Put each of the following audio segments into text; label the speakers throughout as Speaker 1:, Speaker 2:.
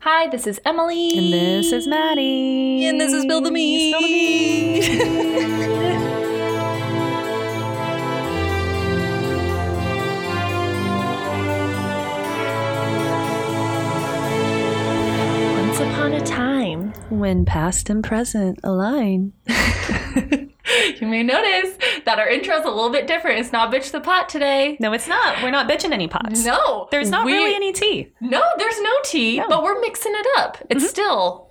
Speaker 1: Hi, this is Emily.
Speaker 2: And this is Maddie.
Speaker 1: And this is Build the Me.
Speaker 2: Build the Me.
Speaker 1: Once upon a time.
Speaker 2: When past and present align.
Speaker 1: you may notice that our intro is a little bit different. It's not bitch the pot today.
Speaker 2: No, it's not. We're not bitching any pots.
Speaker 1: No,
Speaker 2: There's not
Speaker 1: we-
Speaker 2: really any tea.
Speaker 1: No, there's no tea, but we're mixing it up. It's still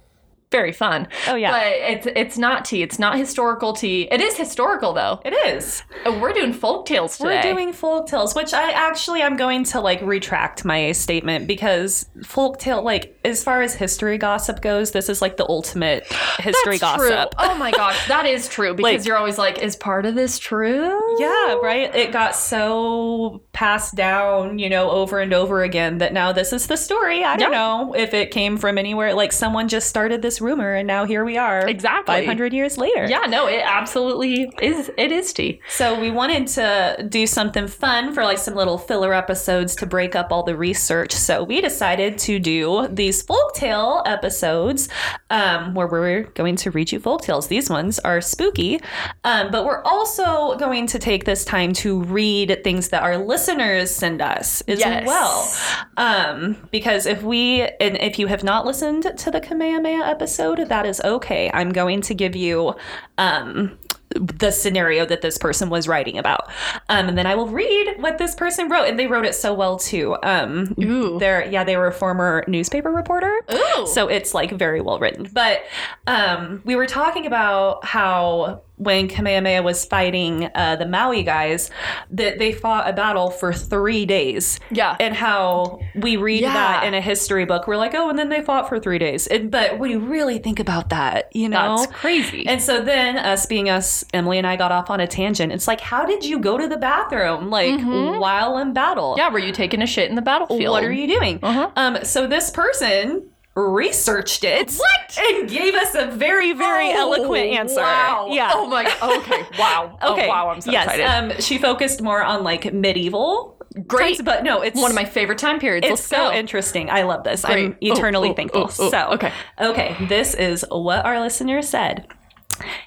Speaker 1: very fun.
Speaker 2: Mm-hmm. Oh, yeah.
Speaker 1: but it's it's not tea. It's not historical tea. It is historical though.
Speaker 2: It is.
Speaker 1: And We're doing folk tales today.
Speaker 2: We're doing folk tales, which I actually I'm going to like retract my statement because folk tale, like as far as history gossip goes, this is like the ultimate history
Speaker 1: That's true.
Speaker 2: gossip.
Speaker 1: Oh my gosh, that is true because
Speaker 2: Like-
Speaker 1: you're always like, is part of this true?
Speaker 2: Yeah, right. It got so passed down, you know, over and over again that now this is the story. I don't
Speaker 1: Yeah.
Speaker 2: know if it came from anywhere. Like someone just started this rumor, and now here we are,
Speaker 1: Exactly.
Speaker 2: five hundred years later.
Speaker 1: Yeah, no, it absolutely is. It is tea.
Speaker 2: So we wanted to do something fun for like some little filler episodes to break up all the research. So we decided to do these folktale episodes um, where we're going to read you folktales. These ones are spooky, um, but we're also going to take this time to read things that our listeners send us as
Speaker 1: Yes.
Speaker 2: well. Um, because if we and if you have not listened to the Kamehameha episode, that is okay. I'm going to give you um the scenario that this person was writing about. Um, and then I will read what this person wrote. And they wrote it so well too. Um
Speaker 1: Ooh.
Speaker 2: they're yeah, they were a former newspaper reporter.
Speaker 1: Ooh.
Speaker 2: So it's like very well written. But um, we were talking about how when Kamehameha was fighting uh, the Maui guys, that they fought a battle for three days.
Speaker 1: Yeah.
Speaker 2: And how we read
Speaker 1: Yeah.
Speaker 2: that in a history book. We're like, oh, and then they fought for three days. And, but when you really think about that, you know?
Speaker 1: That's crazy.
Speaker 2: And so then, us being us, Emily and I got off on a tangent. It's like, how did you go to the bathroom, like while in battle?
Speaker 1: Mm-hmm. yeah, were you taking a shit in the battlefield?
Speaker 2: What are you doing?
Speaker 1: Uh-huh.
Speaker 2: Um, so this person researched it. What? And gave us a very, very
Speaker 1: Oh,
Speaker 2: eloquent answer.
Speaker 1: Wow.
Speaker 2: Yeah.
Speaker 1: Oh my. Okay. Wow.
Speaker 2: okay.
Speaker 1: Oh, wow. I'm so
Speaker 2: yes,
Speaker 1: excited.
Speaker 2: Um, she focused more on like medieval.
Speaker 1: Great.
Speaker 2: types, but no, it's
Speaker 1: One of my favorite time periods.
Speaker 2: It's
Speaker 1: Let's
Speaker 2: so
Speaker 1: go.
Speaker 2: interesting. I love this.
Speaker 1: Great.
Speaker 2: I'm eternally
Speaker 1: Oh, oh,
Speaker 2: thankful.
Speaker 1: oh, oh,
Speaker 2: so
Speaker 1: okay.
Speaker 2: okay. This is what our listener said.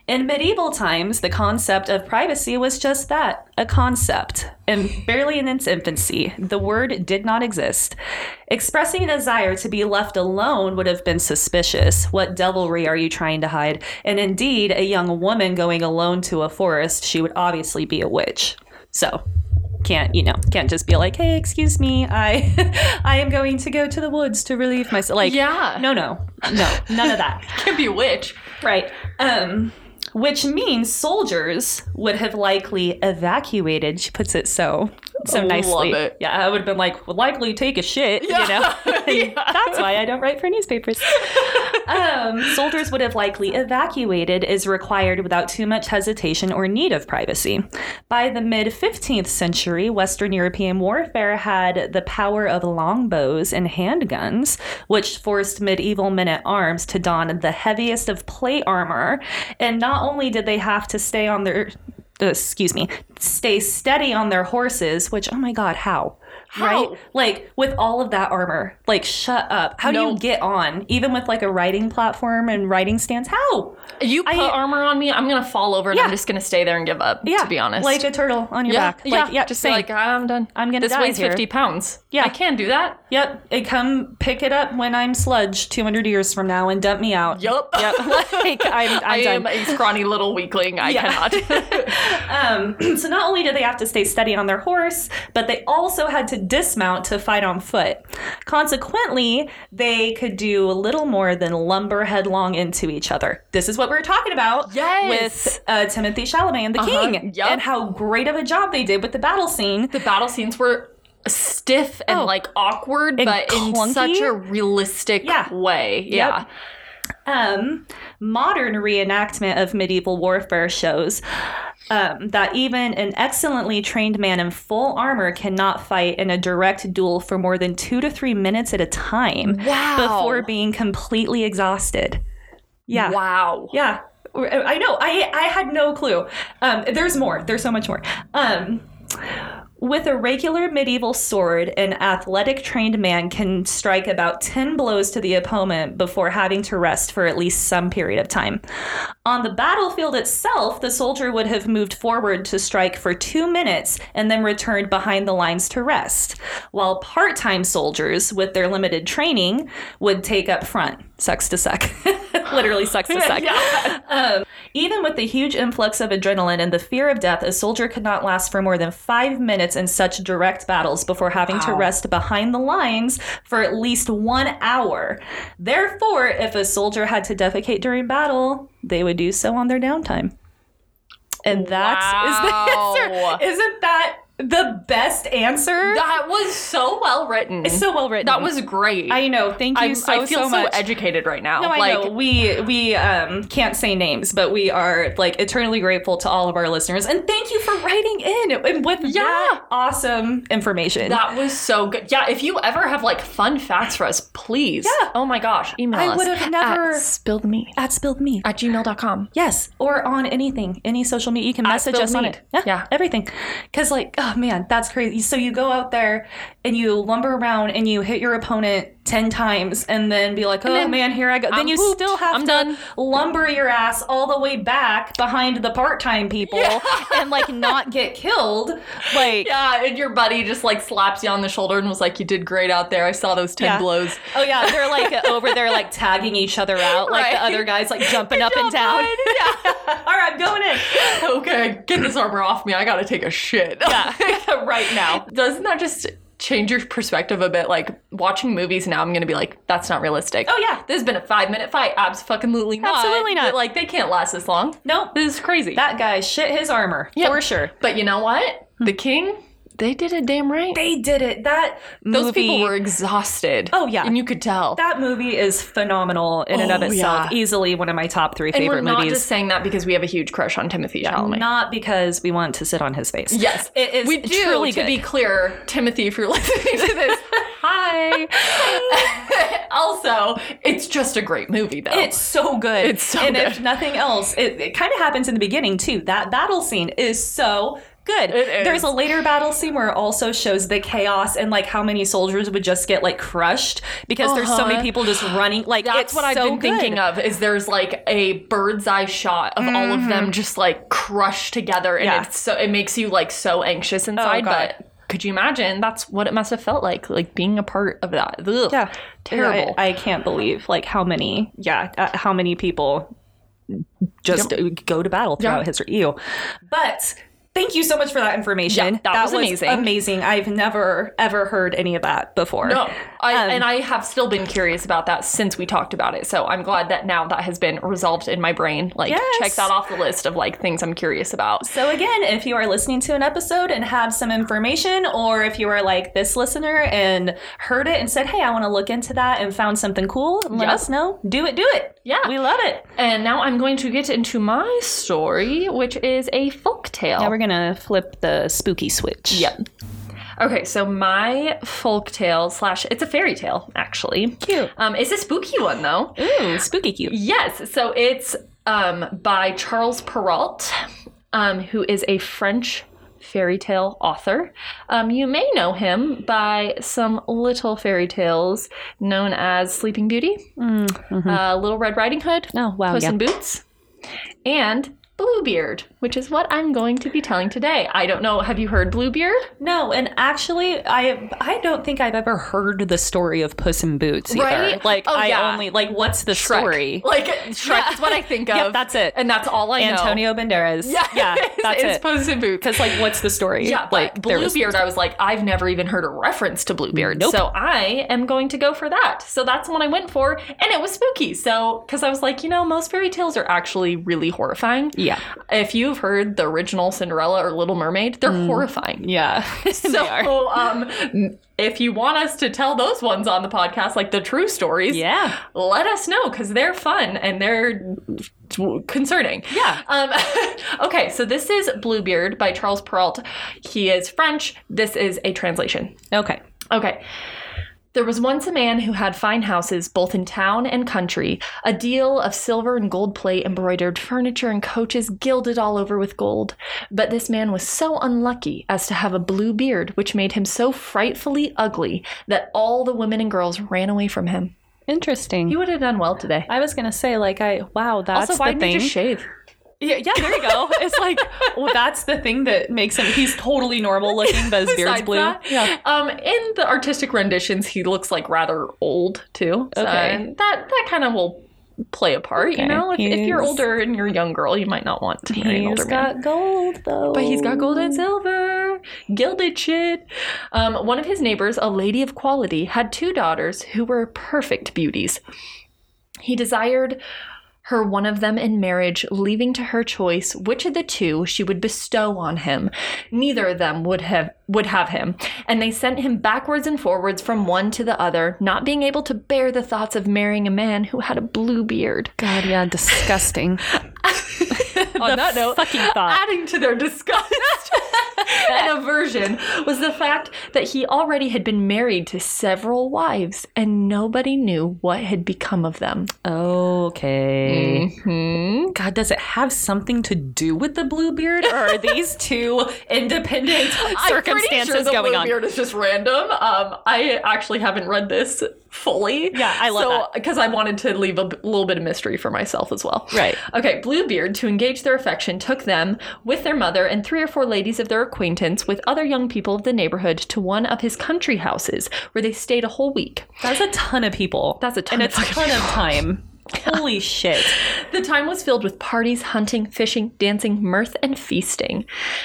Speaker 2: In medieval times, the concept of privacy was just that a concept. And barely in its infancy, the word did not exist. Expressing a desire to be left alone would have been suspicious. What devilry are you trying to hide? And indeed, a young woman going alone to a forest, she would obviously be a witch. So. Can't you know? Can't just be like, "Hey, excuse me, I, I am going to go to the woods to relieve myself." Like,
Speaker 1: Yeah.
Speaker 2: no, no, no, none of that.
Speaker 1: Can be a witch.
Speaker 2: Right. Um, which means soldiers would have likely evacuated. She puts it so so
Speaker 1: Love
Speaker 2: nicely.
Speaker 1: it.
Speaker 2: Yeah, I would have been like, well, likely take a shit. You know,
Speaker 1: Yeah.
Speaker 2: that's why I don't write for newspapers. um, soldiers would have likely evacuated is required without too much hesitation or need of privacy. By the mid 15th century, Western European warfare had the power of longbows and handguns, which forced medieval men at arms to don the heaviest of plate armor. And not only did they have to stay on their uh, excuse me, stay steady on their horses, which, oh my God, how?
Speaker 1: How?
Speaker 2: Right? Like with all of that armor, like shut up. How do
Speaker 1: No.
Speaker 2: you get on, even with like a riding platform and riding stands? How?
Speaker 1: You put
Speaker 2: I-
Speaker 1: armor on me, I'm gonna fall over and I'm
Speaker 2: Yeah.
Speaker 1: just gonna stay there and give up. To be honest,
Speaker 2: like a turtle on your
Speaker 1: yeah,
Speaker 2: back.
Speaker 1: yeah,
Speaker 2: Like, yeah, just
Speaker 1: be
Speaker 2: saying.
Speaker 1: like I'm done.
Speaker 2: I'm gonna
Speaker 1: This
Speaker 2: die
Speaker 1: weighs
Speaker 2: here.
Speaker 1: 50 pounds.
Speaker 2: Yeah.
Speaker 1: I can do that.
Speaker 2: yep, and come pick it up when I'm sludge 200 years from now and dump me out.
Speaker 1: Yup.
Speaker 2: Yep, like I'm, I'm
Speaker 1: I am
Speaker 2: done.
Speaker 1: a scrawny little weakling. I
Speaker 2: Yeah.
Speaker 1: cannot.
Speaker 2: Um, so not only did they have to stay steady on their horse, but they also had to dismount to fight on foot. Consequently, they could do little more than lumber headlong into each other. This is what we were talking about
Speaker 1: Yes.
Speaker 2: with uh, Timothy Chalamet and the
Speaker 1: Uh-huh.
Speaker 2: King,
Speaker 1: Yup.
Speaker 2: and how great of a job they did with the battle scene.
Speaker 1: the battle scenes were stiff and
Speaker 2: Oh.
Speaker 1: like awkward,
Speaker 2: And
Speaker 1: but in
Speaker 2: clunky?
Speaker 1: such a realistic
Speaker 2: Yeah.
Speaker 1: way. Yeah.
Speaker 2: Um, modern reenactment of medieval warfare shows um, that even an excellently trained man in full armor cannot fight in a direct duel for more than two to three minutes at a time
Speaker 1: Wow.
Speaker 2: before being completely exhausted. Yeah.
Speaker 1: Wow.
Speaker 2: Yeah. I know. I I had no clue. Um, there's more. There's so much more. Um, With a regular medieval sword, an athletic trained man can strike about 10 blows to the opponent before having to rest for at least some period of time. On the battlefield itself, the soldier would have moved forward to strike for two minutes and then returned behind the lines to rest, while part time soldiers, with their limited training, would take up front. Sucks to suck. Literally sucks to suck. Um, even with the huge influx of adrenaline and the fear of death, a soldier could not last for more than five minutes in such direct battles before having to
Speaker 1: Wow.
Speaker 2: rest behind the lines for at least one hour. Therefore, if a soldier had to defecate during battle, they would do so on their downtime. And that is the
Speaker 1: Wow.
Speaker 2: answer. Isn't that the best answer?
Speaker 1: That was so well written.
Speaker 2: It's so well written.
Speaker 1: that was great.
Speaker 2: I know. Thank you
Speaker 1: I'm-
Speaker 2: so
Speaker 1: I feel
Speaker 2: so much.
Speaker 1: educated right now.
Speaker 2: No, I
Speaker 1: like,
Speaker 2: know. We we um, can't say names, but we are like eternally grateful to all of our listeners, and thank you for writing in and with
Speaker 1: Yeah.
Speaker 2: that awesome information.
Speaker 1: That was so good. Yeah, if you ever have like fun facts for us, please.
Speaker 2: Yeah.
Speaker 1: Oh my gosh. Email
Speaker 2: I
Speaker 1: us.
Speaker 2: would've never-
Speaker 1: at spilled meat
Speaker 2: at spilled me.
Speaker 1: at gmail.com.
Speaker 2: Yes, or on anything, any social media, you can message
Speaker 1: Spilled
Speaker 2: us on
Speaker 1: Meat.
Speaker 2: it. Yeah,
Speaker 1: Yeah.
Speaker 2: everything. Because like, oh man, that's crazy. So you go out there and you lumber around and you hit your opponent ten times, and then be like, oh
Speaker 1: then
Speaker 2: man, here I go.
Speaker 1: I'm
Speaker 2: then you
Speaker 1: pooped.
Speaker 2: still have
Speaker 1: I'm
Speaker 2: to
Speaker 1: done.
Speaker 2: lumber your ass all the way back behind the part-time people and like not get killed. Like,
Speaker 1: Yeah, and your buddy just like slaps you on the shoulder and was like, You did great out there. I saw those 10
Speaker 2: Yeah.
Speaker 1: blows.
Speaker 2: oh yeah, they're like over there like tagging each other out, like the
Speaker 1: Right.
Speaker 2: other guys like jumping up and down.
Speaker 1: Yeah.
Speaker 2: all right, I'm going in.
Speaker 1: okay, get this armor off me. I gotta take a shit.
Speaker 2: Yeah.
Speaker 1: right now. Doesn't that just change your perspective a bit? Like watching movies now, I'm gonna be like, that's not realistic.
Speaker 2: Oh, yeah.
Speaker 1: This has been a five minute fight. Abs fucking lutely not.
Speaker 2: Absolutely not.
Speaker 1: Like they can't last this long.
Speaker 2: Nope.
Speaker 1: This is crazy.
Speaker 2: That guy shit his armor
Speaker 1: Yeah.
Speaker 2: for sure.
Speaker 1: But you know what? The king, they did it damn right.
Speaker 2: They did it. That
Speaker 1: Those
Speaker 2: movie,
Speaker 1: people were exhausted.
Speaker 2: Oh, yeah.
Speaker 1: and you could tell.
Speaker 2: That movie is phenomenal in and of
Speaker 1: Oh,
Speaker 2: itself.
Speaker 1: yeah.
Speaker 2: Easily one of my top three
Speaker 1: and we're
Speaker 2: favorite
Speaker 1: not
Speaker 2: movies.
Speaker 1: just saying that because we have a huge crush on Timothy Chalamet.
Speaker 2: Not because we want to sit on his face.
Speaker 1: yes,
Speaker 2: it is
Speaker 1: We do.
Speaker 2: truly
Speaker 1: to
Speaker 2: good.
Speaker 1: be clear, Timothy, if you're listening to this, hi. also, it's just a great movie, though.
Speaker 2: It's so good.
Speaker 1: It's so
Speaker 2: and if
Speaker 1: good.
Speaker 2: nothing else, it, it kind of happens in the beginning too. That battle scene is so good.
Speaker 1: It is.
Speaker 2: There's a later battle scene where it also shows the chaos and like how many soldiers would just get like crushed because there's so many
Speaker 1: Uh-huh.
Speaker 2: people just running. Like
Speaker 1: that's
Speaker 2: it's
Speaker 1: what I've
Speaker 2: so
Speaker 1: been
Speaker 2: good.
Speaker 1: thinking of. Is there's like a bird's eye shot of all of them just like crushed together, and
Speaker 2: Mm-hmm. Yeah. Oh,
Speaker 1: it's so it makes you like so anxious inside.
Speaker 2: God.
Speaker 1: but could you imagine? That's what it must have felt like, like being a part of that. Ugh,
Speaker 2: Yeah,
Speaker 1: terrible.
Speaker 2: I, I can't believe like how many, yeah, uh, how many people just go to battle throughout
Speaker 1: Yeah.
Speaker 2: history. Ew. But thank you so much for that information.
Speaker 1: Yeah, that was amazing.
Speaker 2: Amazing. I've never ever heard any of that before.
Speaker 1: no, I,
Speaker 2: um,
Speaker 1: and I have still been curious about that since we talked about it. So I'm glad that now that has been resolved in my brain. Like,
Speaker 2: Yes.
Speaker 1: check that off the list of like things I'm curious about.
Speaker 2: So again, if you are listening to an episode and have some information, or if you are like this listener and heard it and said, "Hey, I want to look into that," and found something cool, let
Speaker 1: Yep.
Speaker 2: us know. Do it. Do it.
Speaker 1: Yeah.
Speaker 2: we love it.
Speaker 1: And now I'm going to get into my story, which is a folktale.
Speaker 2: Now we're gonna flip the spooky switch.
Speaker 1: Yep. Okay, so my folktale slash it's a fairy tale actually.
Speaker 2: Cute.
Speaker 1: Um, it's a spooky one though.
Speaker 2: Ooh, spooky cute.
Speaker 1: Yes, so it's um by Charles Perrault, um, who is a French fairy tale author. Um, you may know him by some little fairy tales known as Sleeping Beauty, uh, Little Red Riding Hood,
Speaker 2: Mm-hmm. Oh wow,
Speaker 1: Puss
Speaker 2: yeah.
Speaker 1: in Boots, and Bluebeard, which is what I'm going to be telling today. I don't know. Have you heard Bluebeard?
Speaker 2: No, and actually, I I don't think I've ever heard the story of Puss in Boots either.
Speaker 1: Right?
Speaker 2: Like
Speaker 1: Oh,
Speaker 2: I
Speaker 1: yeah.
Speaker 2: only like what's the
Speaker 1: Shrek.
Speaker 2: story?
Speaker 1: Like Shrek
Speaker 2: Yeah.
Speaker 1: is what I think of.
Speaker 2: Yep, that's it.
Speaker 1: And that's all I know.
Speaker 2: Antonio Banderas.
Speaker 1: Yeah,
Speaker 2: yeah,
Speaker 1: it's-
Speaker 2: that's
Speaker 1: it's
Speaker 2: it.
Speaker 1: Puss in Boots.
Speaker 2: Because like, what's the story?
Speaker 1: Yeah,
Speaker 2: like
Speaker 1: like
Speaker 2: there was-
Speaker 1: Bluebeard, I was like, I've never even heard a reference to Bluebeard.
Speaker 2: Nope.
Speaker 1: So I am going to go for that. So that's what I went for. And it was spooky. So, because I was like, you know, most fairy tales are actually really horrifying.
Speaker 2: Yeah,
Speaker 1: If you've heard the original Cinderella or Little Mermaid, they're horrifying.
Speaker 2: yeah. Mm. They are.
Speaker 1: So, um, if you want us to tell those ones on the podcast, like the true stories,
Speaker 2: yeah,
Speaker 1: let us know because they're fun and they're concerning.
Speaker 2: Yeah.
Speaker 1: Um, okay, so this is Bluebeard by Charles Perrault. He is French. This is a translation.
Speaker 2: okay.
Speaker 1: Okay. There was once a man who had fine houses both in town and country, a deal of silver and gold plate, embroidered furniture and coaches gilded all over with gold. But this man was so unlucky as to have a blue beard, which made him so frightfully ugly that all the women and girls ran away from him.
Speaker 2: Interesting.
Speaker 1: You would have done well today.
Speaker 2: I was gonna say, like, I wow, that's
Speaker 1: also, why didn't
Speaker 2: the thing.
Speaker 1: you just shave?
Speaker 2: yeah, yeah, there you go. It's like, well, that's the thing that makes him. He's totally normal looking, but his beard's
Speaker 1: Besides
Speaker 2: blue.
Speaker 1: that, Um, in the artistic renditions, he looks like rather old too. So
Speaker 2: Okay.
Speaker 1: that that kind of will play a part,
Speaker 2: Okay.
Speaker 1: you know. If, if you're
Speaker 2: He's-
Speaker 1: older and you're a young girl, you might not want to marry an
Speaker 2: He's
Speaker 1: older man.
Speaker 2: got gold though.
Speaker 1: But he's got gold and silver, gilded shit. Um, one of his neighbors, a lady of quality, had two daughters who were perfect beauties. He desired her one of them in marriage, leaving to her choice which of the two she would bestow on him. Neither of them would have would have him, and they sent him backwards and forwards from one to the other, not being able to bear the thoughts of marrying a man who had a blue beard.
Speaker 2: God, yeah, disgusting.
Speaker 1: On that note,
Speaker 2: fucking thought.
Speaker 1: adding to their disgust and aversion was the fact that he already had been married to several wives and nobody knew what had become of them.
Speaker 2: Okay.
Speaker 1: Mm-hmm.
Speaker 2: God, does it have something to do with the blue beard, or are these two independent circumstances
Speaker 1: the
Speaker 2: going
Speaker 1: blue
Speaker 2: on?
Speaker 1: beard is just random. Um, I actually haven't read this fully.
Speaker 2: Yeah, I love
Speaker 1: so,
Speaker 2: that.
Speaker 1: Because I wanted to leave a b- little bit of mystery for myself as well.
Speaker 2: Right.
Speaker 1: Okay, Bluebeard, to engage their affection, took them, with their mother and three or four ladies of their acquaintance, with other young people of the neighborhood, to one of his country houses, where they stayed a whole week.
Speaker 2: That's a ton of people.
Speaker 1: That's a ton
Speaker 2: and
Speaker 1: of
Speaker 2: it's a
Speaker 1: fucking
Speaker 2: ton of time. Holy shit!
Speaker 1: The time was filled with parties, hunting, fishing, dancing, mirth, and feasting.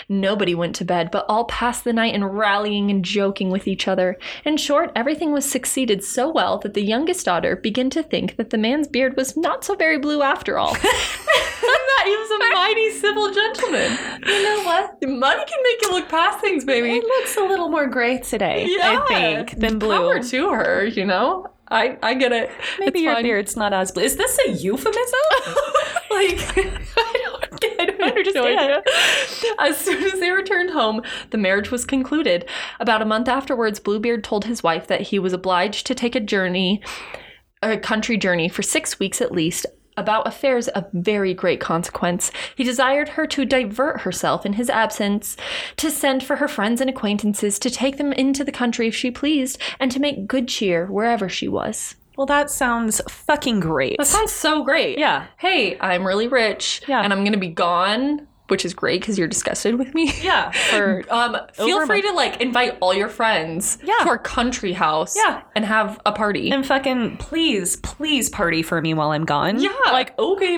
Speaker 1: Nobody went to bed, but all passed the night in rallying and joking with each other. In short, everything was succeeded so well that the youngest daughter began to think that the man's beard was not so very blue after all. and that he was a mighty civil gentleman.
Speaker 2: You know what?
Speaker 1: Money can make you look past things, baby.
Speaker 2: It looks a little more gray today, I think, than blue.
Speaker 1: Power to her, you know? I, I get it.
Speaker 2: Maybe
Speaker 1: It's
Speaker 2: your
Speaker 1: fine.
Speaker 2: beard's not as blue. Is this a euphemism? like, I don't, I don't understand.
Speaker 1: As soon as they returned home, the marriage was concluded. About a month afterwards, Bluebeard told his wife that he was obliged to take a journey, a country journey, for six weeks at least. About affairs of very great consequence. He desired her to divert herself in his absence, to send for her friends and acquaintances, to take them into the country if she pleased, and to make good cheer wherever she was.
Speaker 2: Well, that sounds fucking great.
Speaker 1: That sounds so great.
Speaker 2: Yeah.
Speaker 1: Hey, I'm really rich,
Speaker 2: Yeah.
Speaker 1: and I'm going to be gone, which is great because you're disgusted with me.
Speaker 2: Yeah. For
Speaker 1: Um,
Speaker 2: Over
Speaker 1: feel
Speaker 2: a
Speaker 1: free to like invite all your friends
Speaker 2: Yeah.
Speaker 1: to our country house
Speaker 2: Yeah.
Speaker 1: and have a party.
Speaker 2: and fucking please, please party for me while I'm gone.
Speaker 1: Yeah.
Speaker 2: Like, okay,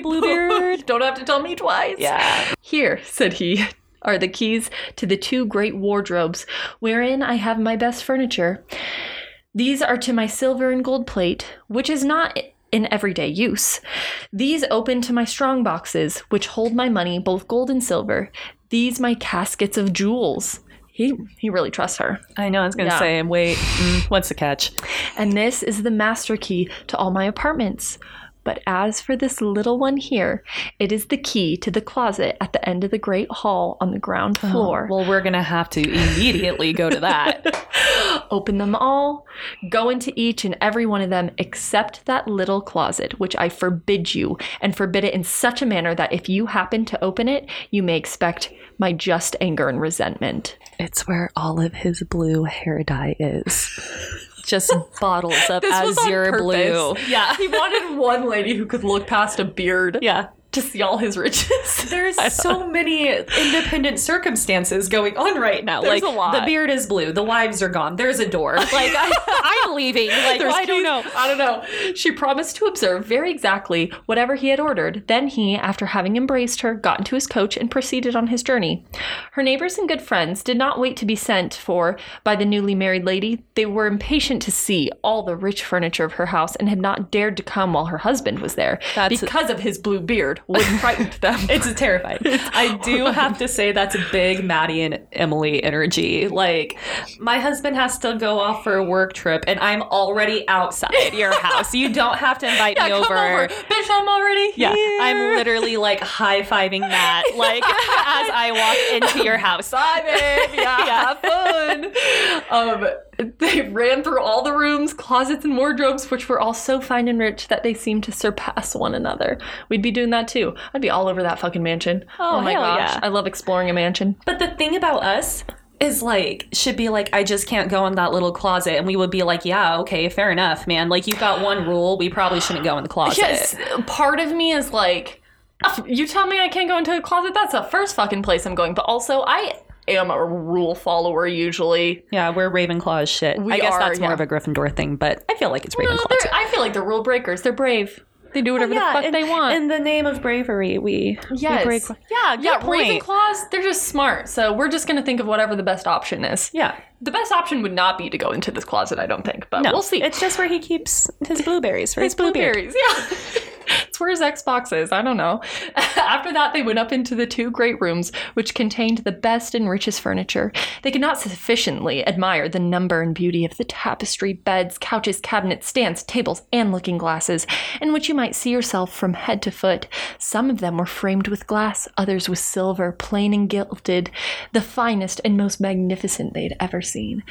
Speaker 2: Bluebeard.
Speaker 1: Don't have to tell me twice.
Speaker 2: yeah.
Speaker 1: Here, said he, are the keys to the two great wardrobes wherein I have my best furniture. These are to my silver and gold plate, which is not in everyday use. These open to my strong boxes, which hold my money, both gold and silver. These my caskets of jewels. He he really trusts her.
Speaker 2: I know. I was gonna
Speaker 1: Yeah.
Speaker 2: say. Wait. mm, what's the catch?
Speaker 1: And this is the master key to all my apartments. But as for this little one here, it is the key to the closet at the end of the great hall on the ground floor.
Speaker 2: Well, we're gonna have to immediately go to that.
Speaker 1: Open them all, go into each and every one of them except that little closet, which I forbid you, and forbid it in such a manner that if you happen to open it, you may expect my just anger and resentment.
Speaker 2: it's where all of his blue hair dye is. Just bottles up
Speaker 1: This was on
Speaker 2: azure blue.
Speaker 1: purpose.
Speaker 2: Yeah.
Speaker 1: He wanted one lady who could look past a beard
Speaker 2: Yeah.
Speaker 1: to see all his riches.
Speaker 2: There's so many independent circumstances going on right now.
Speaker 1: There's
Speaker 2: like
Speaker 1: a lot.
Speaker 2: the beard is blue, the wives are gone, there's a door. Like I, I'm leaving. Like
Speaker 1: There's
Speaker 2: I don't
Speaker 1: keys.
Speaker 2: know.
Speaker 1: I don't know. She promised to observe very exactly whatever he had ordered. Then he, after having embraced her, got into his coach and proceeded on his journey. Her neighbors and good friends did not wait to be sent for by the newly married lady. They were impatient to see all the rich furniture of her house and had not dared to come while her husband was there
Speaker 2: That's-
Speaker 1: because of his blue beard, would frighten them.
Speaker 2: It's terrifying. I do have to say that's a big Maddie and Emily energy. Like, my husband has to go off for a work trip, and I'm already outside your house. You don't have to invite me
Speaker 1: Yeah, come over. Bitch, I'm already here.
Speaker 2: Yeah, I'm literally like high fiving Matt, like as I walk into your house.
Speaker 1: Bye, babe. Yeah,
Speaker 2: Yeah.
Speaker 1: have fun. Um, they ran through all the rooms, closets, and wardrobes, which were all so fine and rich that they seemed to surpass one another. We'd be doing that too. I'd be all over that fucking mansion.
Speaker 2: Oh,
Speaker 1: my
Speaker 2: hell
Speaker 1: gosh.
Speaker 2: yeah.
Speaker 1: I love exploring a mansion.
Speaker 2: But the thing about us is like should be like I just can't go in that little closet, and we would be like, yeah, okay, fair enough, man. Like you've got one rule, we probably shouldn't go in the closet.
Speaker 1: Yes, part of me is like, "Ugh, you tell me I can't go into a closet. That's the first fucking place I'm going. But also, I am a rule follower usually.
Speaker 2: Yeah, we're Ravenclaw as shit.
Speaker 1: We
Speaker 2: I guess
Speaker 1: are,
Speaker 2: that's more
Speaker 1: yeah.
Speaker 2: of a Gryffindor thing, but I feel like it's
Speaker 1: No,
Speaker 2: Ravenclaw.
Speaker 1: they're-
Speaker 2: too.
Speaker 1: I feel like they're rule breakers. They're brave. They do whatever the fuck
Speaker 2: in,
Speaker 1: they want.
Speaker 2: In the name of bravery, we
Speaker 1: Yes.
Speaker 2: we break. Yeah, good
Speaker 1: yeah,
Speaker 2: point.
Speaker 1: Ravenclaws, they're just smart. So we're just going to think of whatever the best option is.
Speaker 2: Yeah,
Speaker 1: The best option would not be to go into this closet, I don't think, but
Speaker 2: no,
Speaker 1: we'll see.
Speaker 2: It's just where he keeps his blueberries for his, blueberry.
Speaker 1: blueberries, yeah. it's where his Xbox is. I don't know. After that, they went up into the two great rooms, which contained the best and richest furniture. They could not sufficiently admire the number and beauty of the tapestry, beds, couches, cabinets, stands, tables, and looking glasses, in which you might see yourself from head to foot. Some of them were framed with glass, others with silver, plain and gilded, the finest and most magnificent they had ever seen.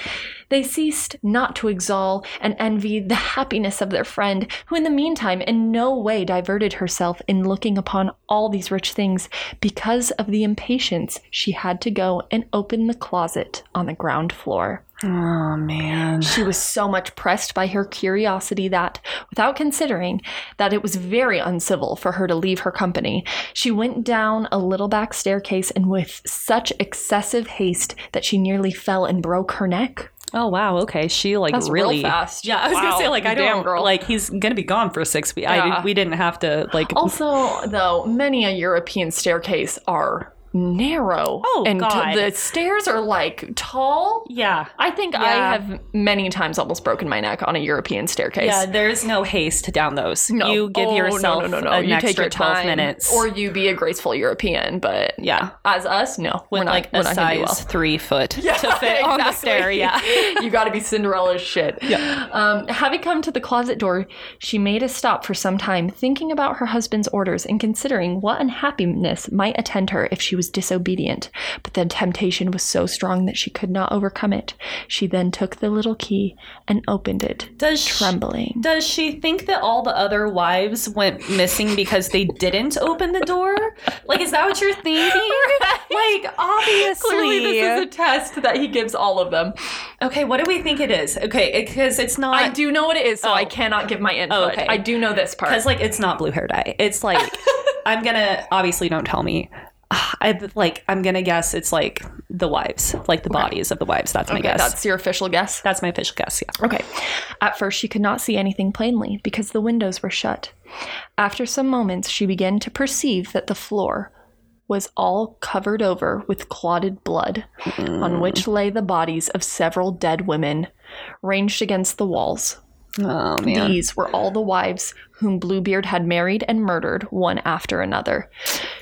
Speaker 1: They ceased not to exol and envy the happiness of their friend, who in the meantime in no way diverted herself in looking upon all these rich things because of the impatience she had to go and open the closet on the ground floor.
Speaker 2: Oh man.
Speaker 1: She was so much pressed by her curiosity that, without considering that it was very uncivil for her to leave her company, she went down a little back staircase and with such excessive haste that she nearly fell and broke her neck.
Speaker 2: Oh wow. Okay. She like
Speaker 1: That's real
Speaker 2: really
Speaker 1: fast.
Speaker 2: Yeah, I was
Speaker 1: Wow,
Speaker 2: gonna say like I
Speaker 1: damn
Speaker 2: don't
Speaker 1: girl.
Speaker 2: like he's gonna be gone for six weeks.
Speaker 1: Yeah. Oh,
Speaker 2: I we didn't have to like.
Speaker 1: Also, though, many a European staircase are narrow.
Speaker 2: Oh,
Speaker 1: and t-
Speaker 2: God.
Speaker 1: the stairs are like tall.
Speaker 2: yeah.
Speaker 1: I think I
Speaker 2: Yeah.
Speaker 1: have many times almost broken my neck on a European staircase.
Speaker 2: Yeah, there's no haste down those.
Speaker 1: No.
Speaker 2: You give
Speaker 1: Oh,
Speaker 2: yourself
Speaker 1: no, no, no, no.
Speaker 2: an
Speaker 1: you
Speaker 2: extra
Speaker 1: take your
Speaker 2: 12
Speaker 1: time,
Speaker 2: minutes.
Speaker 1: or you be a graceful European. But
Speaker 2: yeah,
Speaker 1: as us, no, we're
Speaker 2: with
Speaker 1: not,
Speaker 2: like
Speaker 1: we're
Speaker 2: a
Speaker 1: not gonna do
Speaker 2: size
Speaker 1: well.
Speaker 2: three foot to fit on the stair. Yeah.
Speaker 1: you got to be Cinderella as shit. Yeah. Um, having come to the closet door, she made a stop for some time, thinking about her husband's orders and considering what unhappiness might attend her if she was disobedient. But the temptation was so strong that she could not overcome it. She then took the little key and opened it,
Speaker 2: Does sh-
Speaker 1: trembling.
Speaker 2: does she think that all the other wives went missing because they didn't open the door? Like, is that what you're thinking? Like, obviously.
Speaker 1: Clearly, this is a test that he gives all of them.
Speaker 2: okay, what do we think it is? Okay, because it's not.
Speaker 1: I do know what it is, so I cannot give my input.
Speaker 2: okay.
Speaker 1: I do know this part.
Speaker 2: Because like it's not blue hair dye. It's like I'm gonna obviously don't tell me. I like I'm gonna guess it's like the wives, like the bodies of the wives. That's my
Speaker 1: Okay,
Speaker 2: guess. That's,
Speaker 1: that's your official guess.
Speaker 2: my official guess. Yeah.
Speaker 1: Okay. At first, she could not see anything plainly because the windows were shut. After some moments, she began to perceive that the floor was all covered over with clotted blood, on which lay the bodies of several dead women ranged against the walls.
Speaker 2: Oh man.
Speaker 1: These were all the wives whom Bluebeard had married and murdered one after another.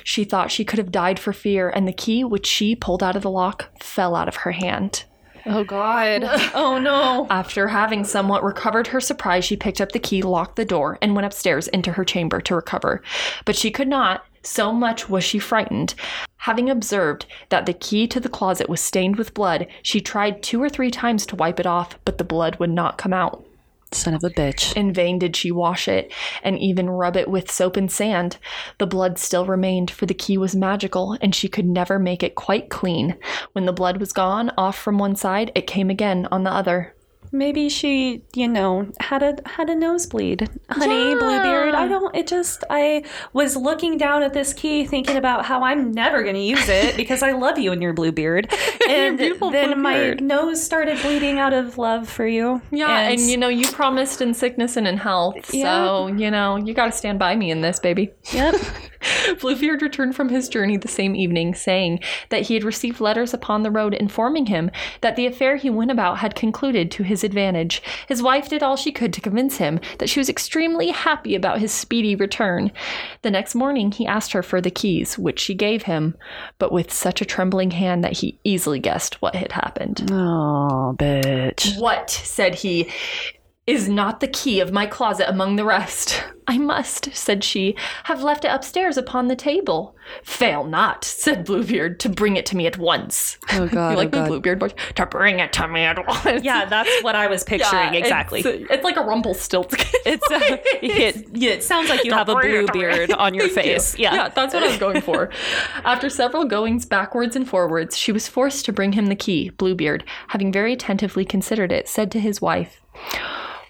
Speaker 1: She thought she could have died for fear, and the key which she pulled out of the lock fell out of her hand.
Speaker 2: oh god. oh no.
Speaker 1: After having somewhat recovered her surprise, she picked up the key, locked the door, and went upstairs into her chamber to recover. But she could not, so much was she frightened. Having observed that the key to the closet was stained with blood, she tried two or three times to wipe it off, but the blood would not come out.
Speaker 2: Son of a bitch.
Speaker 1: In vain did she wash it and even rub it with soap and sand. The blood still remained, for the key was magical, and she could never make it quite clean. When the blood was gone off from one side, it came again on the other.
Speaker 2: Maybe she, you know, had a had a nosebleed. Honey,
Speaker 1: Yeah.
Speaker 2: Bluebeard. I don't it just I was looking down at this key thinking about how I'm never gonna use it because I love you and your Bluebeard. And
Speaker 1: beautiful
Speaker 2: then
Speaker 1: Bluebeard.
Speaker 2: my nose started bleeding out of love for you.
Speaker 1: Yeah, and, you know, you promised in sickness and in health. So, you know, you got to stand by me in this, baby.
Speaker 2: Yep.
Speaker 1: Bluebeard returned from his journey the same evening, saying that he had received letters upon the road informing him that the affair he went about had concluded to his disadvantage. His wife did all she could to convince him that she was extremely happy about his speedy return. The next morning, he asked her for the keys, which she gave him, but with such a trembling hand that he easily guessed what had happened.
Speaker 2: Oh, bitch.
Speaker 1: What, said he, is not the key of my closet among the rest. I must, said she, have left it upstairs upon the table. Fail not, said Bluebeard, to bring it to me at once.
Speaker 3: Oh God.
Speaker 1: you like
Speaker 3: oh,
Speaker 1: the
Speaker 3: God.
Speaker 1: Bluebeard voice? To bring it to me at once.
Speaker 2: Yeah, that's what I was picturing
Speaker 1: Yeah,
Speaker 2: exactly. It's,
Speaker 1: It's, it's like a Rumpelstiltskin.
Speaker 2: uh, it, yeah, it sounds like you have a blue beard on your
Speaker 1: Thank you.
Speaker 2: face. Yeah.
Speaker 1: yeah, that's what I was going for. After several goings backwards and forwards, she was forced to bring him the key. Bluebeard, having very attentively considered it, said to his wife,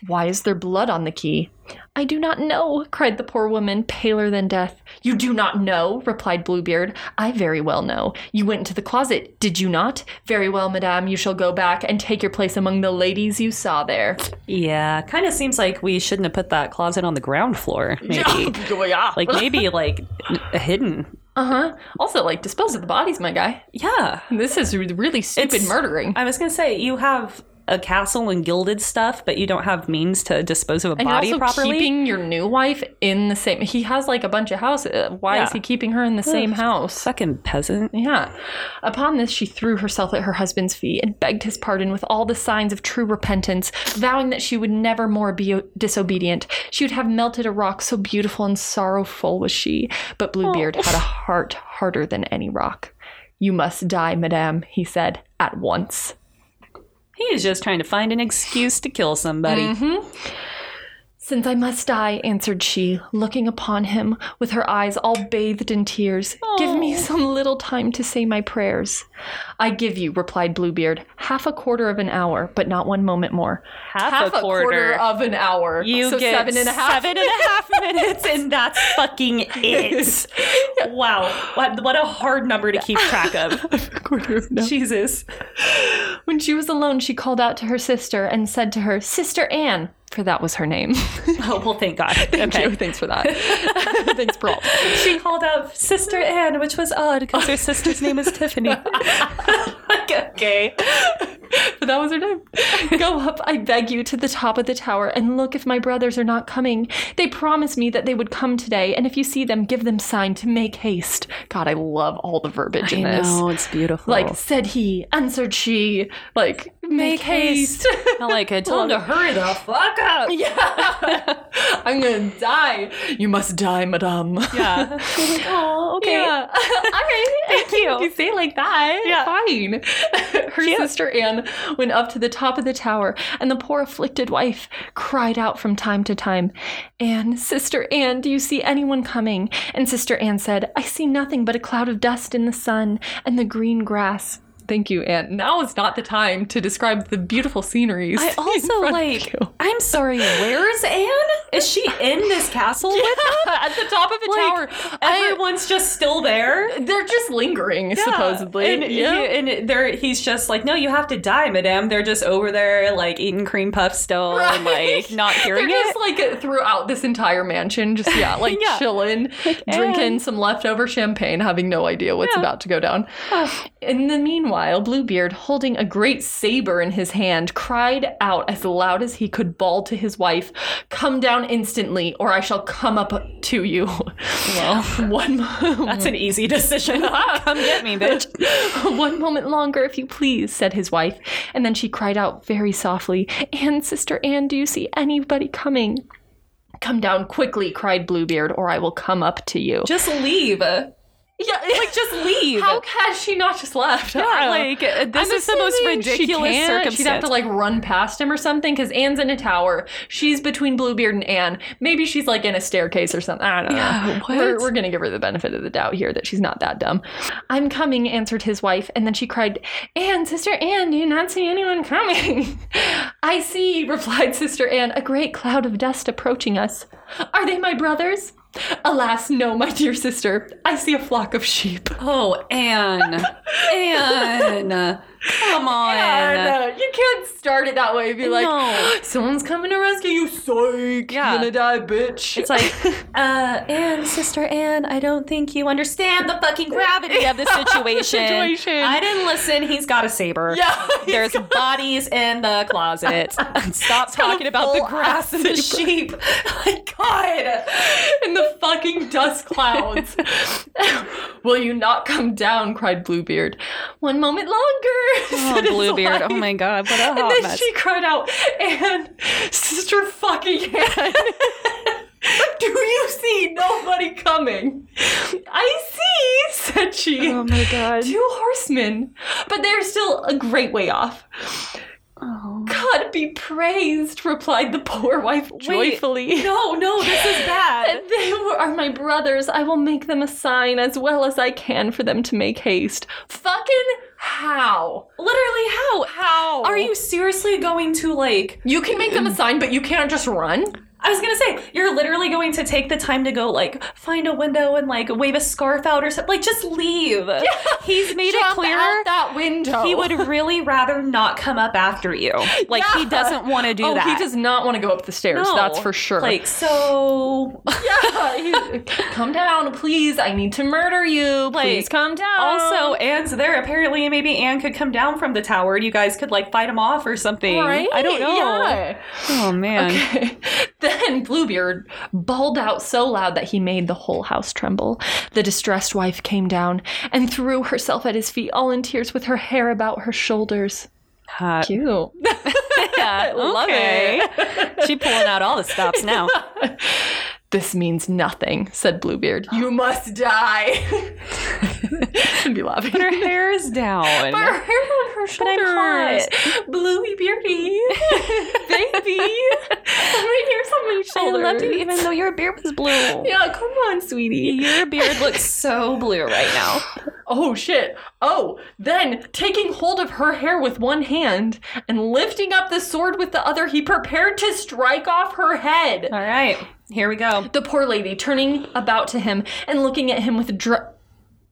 Speaker 1: Why is there blood on the key? I do not know, cried the poor woman, paler than death. You do not know, replied Bluebeard. I very well know. You went into the closet, did you not? Very well, madame, you shall go back and take your place among the ladies you saw there.
Speaker 2: Yeah, kind of seems like we shouldn't have put that closet on the ground floor. Maybe. like maybe like n- hidden.
Speaker 1: Uh huh. Also, like, dispose of the bodies, my guy.
Speaker 2: Yeah.
Speaker 1: This is re- really stupid
Speaker 2: It's-
Speaker 1: murdering.
Speaker 2: I was going to say you have a castle and gilded stuff, but you don't have means to dispose of a
Speaker 1: and
Speaker 2: body
Speaker 1: also
Speaker 2: properly.
Speaker 1: keeping your new wife in the same. He has like a bunch of houses. Why is
Speaker 2: Yeah.
Speaker 1: he keeping her in the same house?
Speaker 2: Fucking peasant.
Speaker 1: Yeah. Upon this, she threw herself at her husband's feet and begged his pardon with all the signs of true repentance, vowing that she would never more be disobedient. She would have melted a rock, so beautiful and sorrowful was she. But
Speaker 2: Oh.
Speaker 1: Bluebeard had a heart harder than any rock. You must die, madame, he said, at once.
Speaker 2: He is just trying to find an excuse to kill somebody.
Speaker 1: Since I must die, answered she, looking upon him with her eyes all bathed in tears, give me some little time to say my prayers. I give you, replied Bluebeard, half a quarter of an hour, but not one moment more.
Speaker 2: Half, a quarter.
Speaker 1: of an hour.
Speaker 2: you
Speaker 1: so
Speaker 2: get
Speaker 1: seven and a half.
Speaker 2: seven and a half minutes, and that's fucking it. Wow, what, what a hard number to keep track of.
Speaker 1: quarter of an hour.
Speaker 2: Jesus.
Speaker 1: When she was alone, she called out to her sister and said to her, Sister Anne, for that was her name.
Speaker 2: Oh well, thank God.
Speaker 1: Thank you. Thanks for that. Thanks, Brawl.
Speaker 2: She called out Sister Anne, which was odd because her sister's name is Tiffany. Like, okay.
Speaker 1: But that was her name. Go up, I beg you, to the top of the tower and look if my brothers are not coming. They promised me that they would come today, and if you see them, give them sign to make haste. God, I love all the verbiage in this.
Speaker 3: it's beautiful.
Speaker 1: Like, said he, answered she, like, make, haste.
Speaker 2: I like I told her to hurry the fuck up.
Speaker 1: yeah. I'm gonna die. You must die, madame.
Speaker 2: Yeah. oh, okay.
Speaker 1: Yeah. All right. Thank
Speaker 2: you.
Speaker 1: you say it like that.
Speaker 2: Yeah.
Speaker 1: Eh, Fine. Her sister Anne went up to the top of the tower, and the poor afflicted wife cried out from time to time, Anne, Sister Anne, do you see anyone coming? And Sister Anne said, I see nothing but a cloud of dust in the sun and the green grass. Thank you, Anne. Now is not the time to describe the beautiful sceneries.
Speaker 2: I also like. I'm sorry. Where's Anne? Is she in this castle with them?
Speaker 1: at the top of a
Speaker 2: Like,
Speaker 1: tower.
Speaker 2: Everyone's just still there.
Speaker 1: they're just lingering, supposedly.
Speaker 2: and, he- and it- they're, he's just like, no, you have to die, madame. They're just over there, like eating cream puffs still, and like not hearing
Speaker 1: They're
Speaker 2: it.
Speaker 1: just like throughout this entire mansion, just yeah, like
Speaker 2: Yeah.
Speaker 1: chilling, drinking some leftover champagne, having no idea what's about to go down. In the meanwhile, Bluebeard, holding a great saber in his hand, cried out as loud as he could bawl to his wife, Come down instantly, or I shall come up to you. Well, one, mo-
Speaker 2: That's an easy decision. Come get me, bitch.
Speaker 1: one moment longer, if you please, said his wife. And then she cried out very softly, Anne, Sister Anne, do you see anybody coming? Come down quickly, cried Bluebeard, or I will come up to you.
Speaker 2: Just leave. Like,
Speaker 1: yeah, like
Speaker 2: just leave.
Speaker 1: how has she not just left?
Speaker 2: Yeah, like uh, this is the most ridiculous circumstance.
Speaker 1: She'd have to like run past him or something because Anne's in a tower. She's between Bluebeard and Anne. Maybe she's like in a staircase or something. I don't know. We're,
Speaker 2: what?
Speaker 1: we're gonna give her the benefit of the doubt here that she's not that dumb. I'm coming, answered his wife, and then she cried, Anne, sister Anne, do you not see anyone coming? I see, replied sister Anne, a great cloud of dust approaching us. Are they my brothers? Alas, no, my dear sister. I see a flock of sheep.
Speaker 2: oh, Anne, Anne, Come on.
Speaker 1: Yeah, no, you can't start it that way. Be like,
Speaker 2: No.
Speaker 1: someone's coming to rescue you. Psych.
Speaker 2: Yeah.
Speaker 1: You're gonna die, bitch.
Speaker 2: It's like, uh, Anne, Sister Anne, I don't think you understand the fucking gravity of the situation.
Speaker 1: Situation.
Speaker 2: I didn't listen. He's got a saber.
Speaker 1: Yeah, he's
Speaker 2: There's bodies in the closet. Stop talking about the
Speaker 1: full
Speaker 2: grass and the
Speaker 1: saber.
Speaker 2: sheep. Like, God.
Speaker 1: in the fucking dust clouds. Will you not come down? cried Bluebeard. One moment longer.
Speaker 2: Oh,
Speaker 1: said his
Speaker 2: Bluebeard.
Speaker 1: wife.
Speaker 2: Oh my God. What a
Speaker 1: And
Speaker 2: hot
Speaker 1: then
Speaker 2: mess.
Speaker 1: she cried out, and sister fucking Anne. Do you see nobody coming? I see, said she.
Speaker 2: oh my God.
Speaker 1: Two horsemen, but they're still a great way off.
Speaker 2: Oh.
Speaker 1: God be praised, replied the poor wife joyfully.
Speaker 2: No, Oh, no, this is bad.
Speaker 1: And They were- are my brothers. I will make them a sign as well as I can for them to make haste. Fucking how?
Speaker 2: Literally, how?
Speaker 1: How?
Speaker 2: Oh, Are you seriously going to like?
Speaker 1: You can make them a sign, but you can't just run.
Speaker 2: I was gonna say you're literally going to take the time to go like find a window and like wave a scarf out or something. Like just leave. He's made it
Speaker 1: Jump
Speaker 2: clear
Speaker 1: out that window.
Speaker 2: he would really rather not come up after you. Like he
Speaker 1: Yeah.
Speaker 2: doesn't want to do
Speaker 1: oh,
Speaker 2: that.
Speaker 1: he does not want to go up the stairs.
Speaker 2: No.
Speaker 1: That's for sure.
Speaker 2: Like so.
Speaker 1: yeah. he- come down, please. I need to murder you. please come down.
Speaker 2: Also, Anne's there. Apparently, maybe Anne could come down from the tower. and You guys could like fight him off or something.
Speaker 1: right?
Speaker 2: I don't know.
Speaker 1: Yeah.
Speaker 2: Oh man.
Speaker 1: Okay. Then Bluebeard bawled out so loud that he made the whole house tremble. The distressed wife came down and threw herself at his feet, all in tears, with her hair about her shoulders.
Speaker 2: Hot.
Speaker 1: Cute.
Speaker 2: Yeah, love
Speaker 1: Okay.
Speaker 2: it. She pulling out all the stops now.
Speaker 1: this means nothing, said Bluebeard. You must die. and be laughing.
Speaker 2: Her hair is down.
Speaker 1: Her hair on her
Speaker 2: I'm
Speaker 1: shoulders. Bluey Beardy. Baby. I'm right here on my
Speaker 2: I
Speaker 1: shoulders.
Speaker 2: love you, even though your beard was blue.
Speaker 1: Yeah, come on, sweetie.
Speaker 2: Your beard looks so blue right now.
Speaker 1: Oh shit. Oh, then taking hold of her hair with one hand and lifting up the sword with the other, he prepared to strike off her head.
Speaker 2: All right, here we go.
Speaker 1: The poor lady turning about to him and looking at him with dr-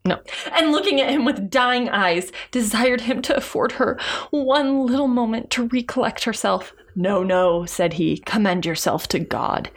Speaker 1: no, and looking at him with dying eyes, desired him to afford her one little moment to recollect herself. No, no, said he, commend yourself to God.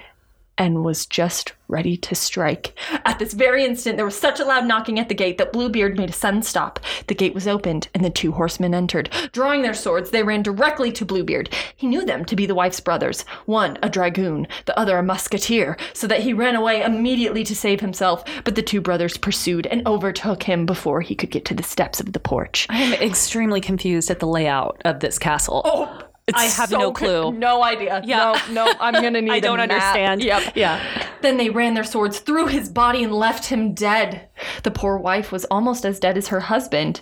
Speaker 1: And was just ready to strike. At this very instant, there was such a loud knocking at the gate that Bluebeard made a sudden stop. The gate was opened, and the two horsemen entered. Drawing their swords, they ran directly to Bluebeard. He knew them to be the wife's brothers one a dragoon, the other a musketeer, so that he ran away immediately to save himself. But the two brothers pursued and overtook him before he could get to the steps of the porch.
Speaker 2: I'm extremely confused at the layout of this castle.
Speaker 1: Oh,
Speaker 2: I have no clue.
Speaker 1: No idea.
Speaker 2: Yeah.
Speaker 1: No, no, I'm going to need
Speaker 2: I don't
Speaker 1: a map.
Speaker 2: understand.
Speaker 1: Yep.
Speaker 2: Yeah.
Speaker 1: Then they ran their swords through his body and left him dead. The poor wife was almost as dead as her husband.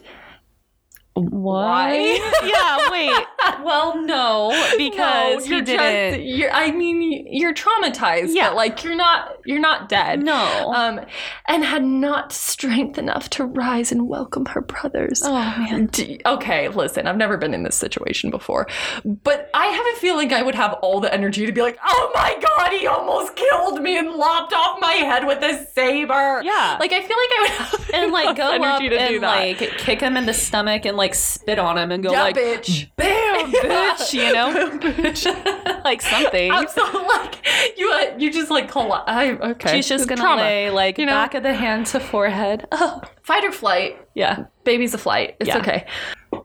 Speaker 1: Why?
Speaker 2: yeah. Wait. Well, no, because
Speaker 1: you're
Speaker 2: he didn't.
Speaker 1: Just, you're, I mean, you're traumatized.
Speaker 2: Yeah.
Speaker 1: but like you're not. You're not dead.
Speaker 2: No.
Speaker 1: Um, and had not strength enough to rise and welcome her brothers.
Speaker 2: oh man.
Speaker 1: D- okay, listen, I've never been in this situation before, but I have a feeling I would have all the energy to be like, oh my god, he almost killed me and lopped off my head with a saber.
Speaker 2: Yeah.
Speaker 1: Like, I feel like I would have
Speaker 2: And
Speaker 1: enough
Speaker 2: like go up
Speaker 1: energy to do
Speaker 2: and
Speaker 1: that.
Speaker 2: like kick him in the stomach and like spit on him and go
Speaker 1: yeah,
Speaker 2: like,
Speaker 1: bitch.
Speaker 2: bam, bitch, you know,
Speaker 1: bitch.
Speaker 2: like something.
Speaker 1: I'm so like, you, uh, you just like, colla- I, okay.
Speaker 2: She's just gonna
Speaker 1: Trauma.
Speaker 2: lay like
Speaker 1: know?
Speaker 2: back of the hand to forehead. Oh,
Speaker 1: Fight or flight.
Speaker 2: yeah.
Speaker 1: Baby's a flight. It's
Speaker 2: Yeah.
Speaker 1: okay.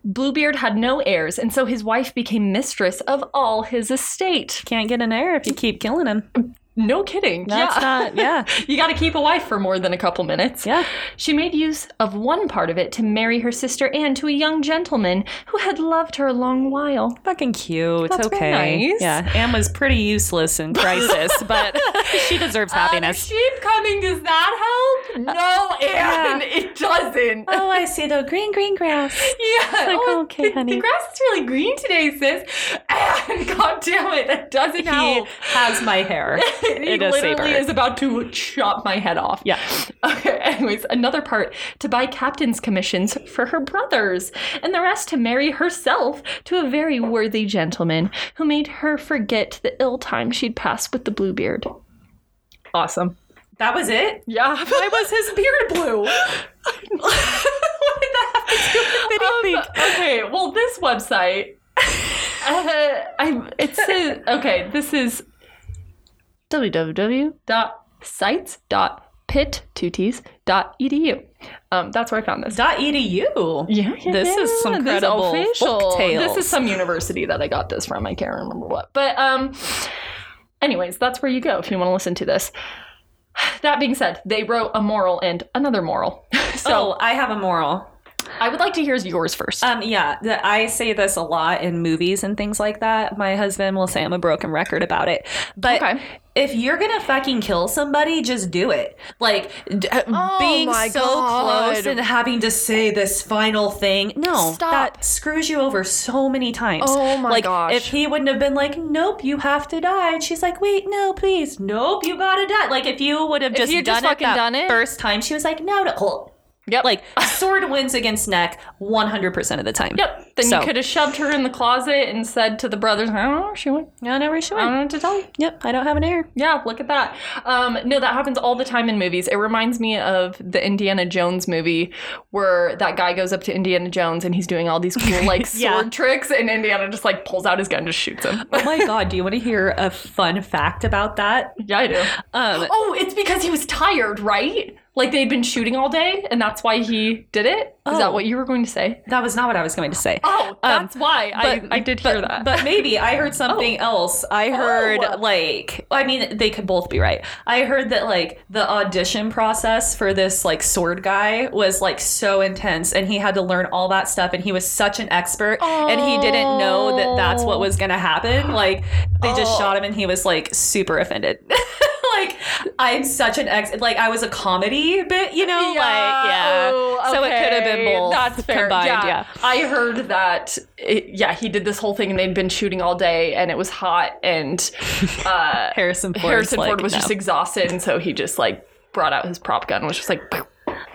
Speaker 1: Bluebeard had no heirs, and so his wife became mistress of all his estate.
Speaker 2: Can't get an heir if you keep killing him.
Speaker 1: No kidding.
Speaker 2: That's
Speaker 1: yeah.
Speaker 2: not. Yeah.
Speaker 1: you got to keep a wife for more than a couple minutes.
Speaker 2: Yeah.
Speaker 1: She made use of one part of it to marry her sister Anne to a young gentleman who had loved her a long while.
Speaker 2: Fucking cute.
Speaker 1: That's very
Speaker 2: okay.
Speaker 1: nice.
Speaker 2: Yeah. Anne was pretty useless in crisis, but she deserves happiness.
Speaker 1: sheep coming, does that help? No, Anne,
Speaker 2: Yeah.
Speaker 1: it doesn't.
Speaker 2: oh, I see the green, green grass.
Speaker 1: Yeah.
Speaker 2: like,
Speaker 1: oh,
Speaker 2: okay,
Speaker 1: the-
Speaker 2: honey.
Speaker 1: The grass is really green today, sis. And God damn it, that doesn't
Speaker 2: He
Speaker 1: help.
Speaker 2: has my hair.
Speaker 1: He
Speaker 2: It is
Speaker 1: literally
Speaker 2: saber.
Speaker 1: is about to chop my head off.
Speaker 2: Yeah.
Speaker 1: Okay, anyways, another part to buy captain's commissions for her brothers, and the rest to marry herself to a very worthy gentleman who made her forget the ill time she'd passed with the Bluebeard. Awesome.
Speaker 2: That was it.
Speaker 1: Yeah.
Speaker 2: Why was his beard blue?
Speaker 1: what did that have to do with
Speaker 2: I think.
Speaker 1: Um, okay, well, this website, uh, I, it says, okay, this is www.sites.pitt2ts.edu. Um, that's where I found this.
Speaker 2: Dot E edu.
Speaker 1: Yeah, yeah,
Speaker 2: This is some
Speaker 1: yeah, these
Speaker 2: credible
Speaker 1: official-
Speaker 2: folk tales.
Speaker 1: This is some university that I got this from. I can't remember what. But um anyways, that's where you go if you want to listen to this. That being said, they wrote a moral and another moral. so
Speaker 2: So I have a moral.
Speaker 1: I would like to hear yours first.
Speaker 2: Um, yeah, th- I say this a lot in movies and things like that. My husband will say I'm a broken record about it, but
Speaker 1: Okay.
Speaker 2: if you're gonna fucking kill somebody, just do it. Like d- uh, being
Speaker 3: my
Speaker 2: so
Speaker 3: God.
Speaker 2: close and having to say this final thing. No,
Speaker 3: Stop.
Speaker 2: that screws you over so many times.
Speaker 3: Oh my
Speaker 2: like,
Speaker 3: gosh.
Speaker 2: If he wouldn't have been like, "Nope, you have to die," and she's like, "Wait, no, please, nope, you gotta die." Like if you would have just
Speaker 1: you
Speaker 2: done
Speaker 1: just
Speaker 2: it
Speaker 1: fucking
Speaker 2: that
Speaker 1: done it.
Speaker 2: first time, she was like, "No, no." hold."
Speaker 1: yep.
Speaker 2: Like sword wins against neck 100% of the time.
Speaker 1: Yep. Then
Speaker 2: So-
Speaker 1: you could have shoved her in the closet and said to the brothers, I don't know, she went
Speaker 2: I don't know where she
Speaker 1: I don't know
Speaker 2: went.
Speaker 1: what to tell you.
Speaker 2: Yep, I don't have an heir.
Speaker 1: Yeah, look at that. Um, no, that happens all the time in movies. It reminds me of the Indiana Jones movie where that guy goes up to Indiana Jones and he's doing all these cool like sword
Speaker 2: Yeah.
Speaker 1: tricks, and Indiana just like pulls out his gun and just shoots him.
Speaker 2: Oh my god, do you want to hear a fun fact about that?
Speaker 1: yeah, I do.
Speaker 2: Um,
Speaker 1: Oh, it's because he was tired, right? Like they'd been shooting all day, and that's why he did it. Is
Speaker 2: Oh.
Speaker 1: that what you were going to say?
Speaker 2: that was not what I was going to say.
Speaker 1: Oh, that's why
Speaker 2: but-
Speaker 1: I, I did hear that.
Speaker 2: But maybe I heard something else. I heard
Speaker 1: Oh.
Speaker 2: like I mean they could both be right. I heard that like the audition process for this like sword guy was like so intense and he had to learn all that stuff and he was such an expert and he didn't know that that's what was going to
Speaker 1: Oh.
Speaker 2: happen. Like they just shot him and he was like super offended. like I'm such an ex like I was a comedy bit, you know, like yeah.
Speaker 1: oh,
Speaker 2: So it could have been
Speaker 1: okay.
Speaker 2: both
Speaker 1: That's fair.
Speaker 2: combined,
Speaker 1: yeah.
Speaker 2: yeah.
Speaker 1: I heard that. It, yeah, he did this whole thing, and they'd been shooting all day, and it was hot, and uh,
Speaker 2: Harrison Ford
Speaker 1: Harrison
Speaker 2: like,
Speaker 1: Ford was
Speaker 2: no.
Speaker 1: just exhausted, and so he just like brought out his prop gun, and was just like.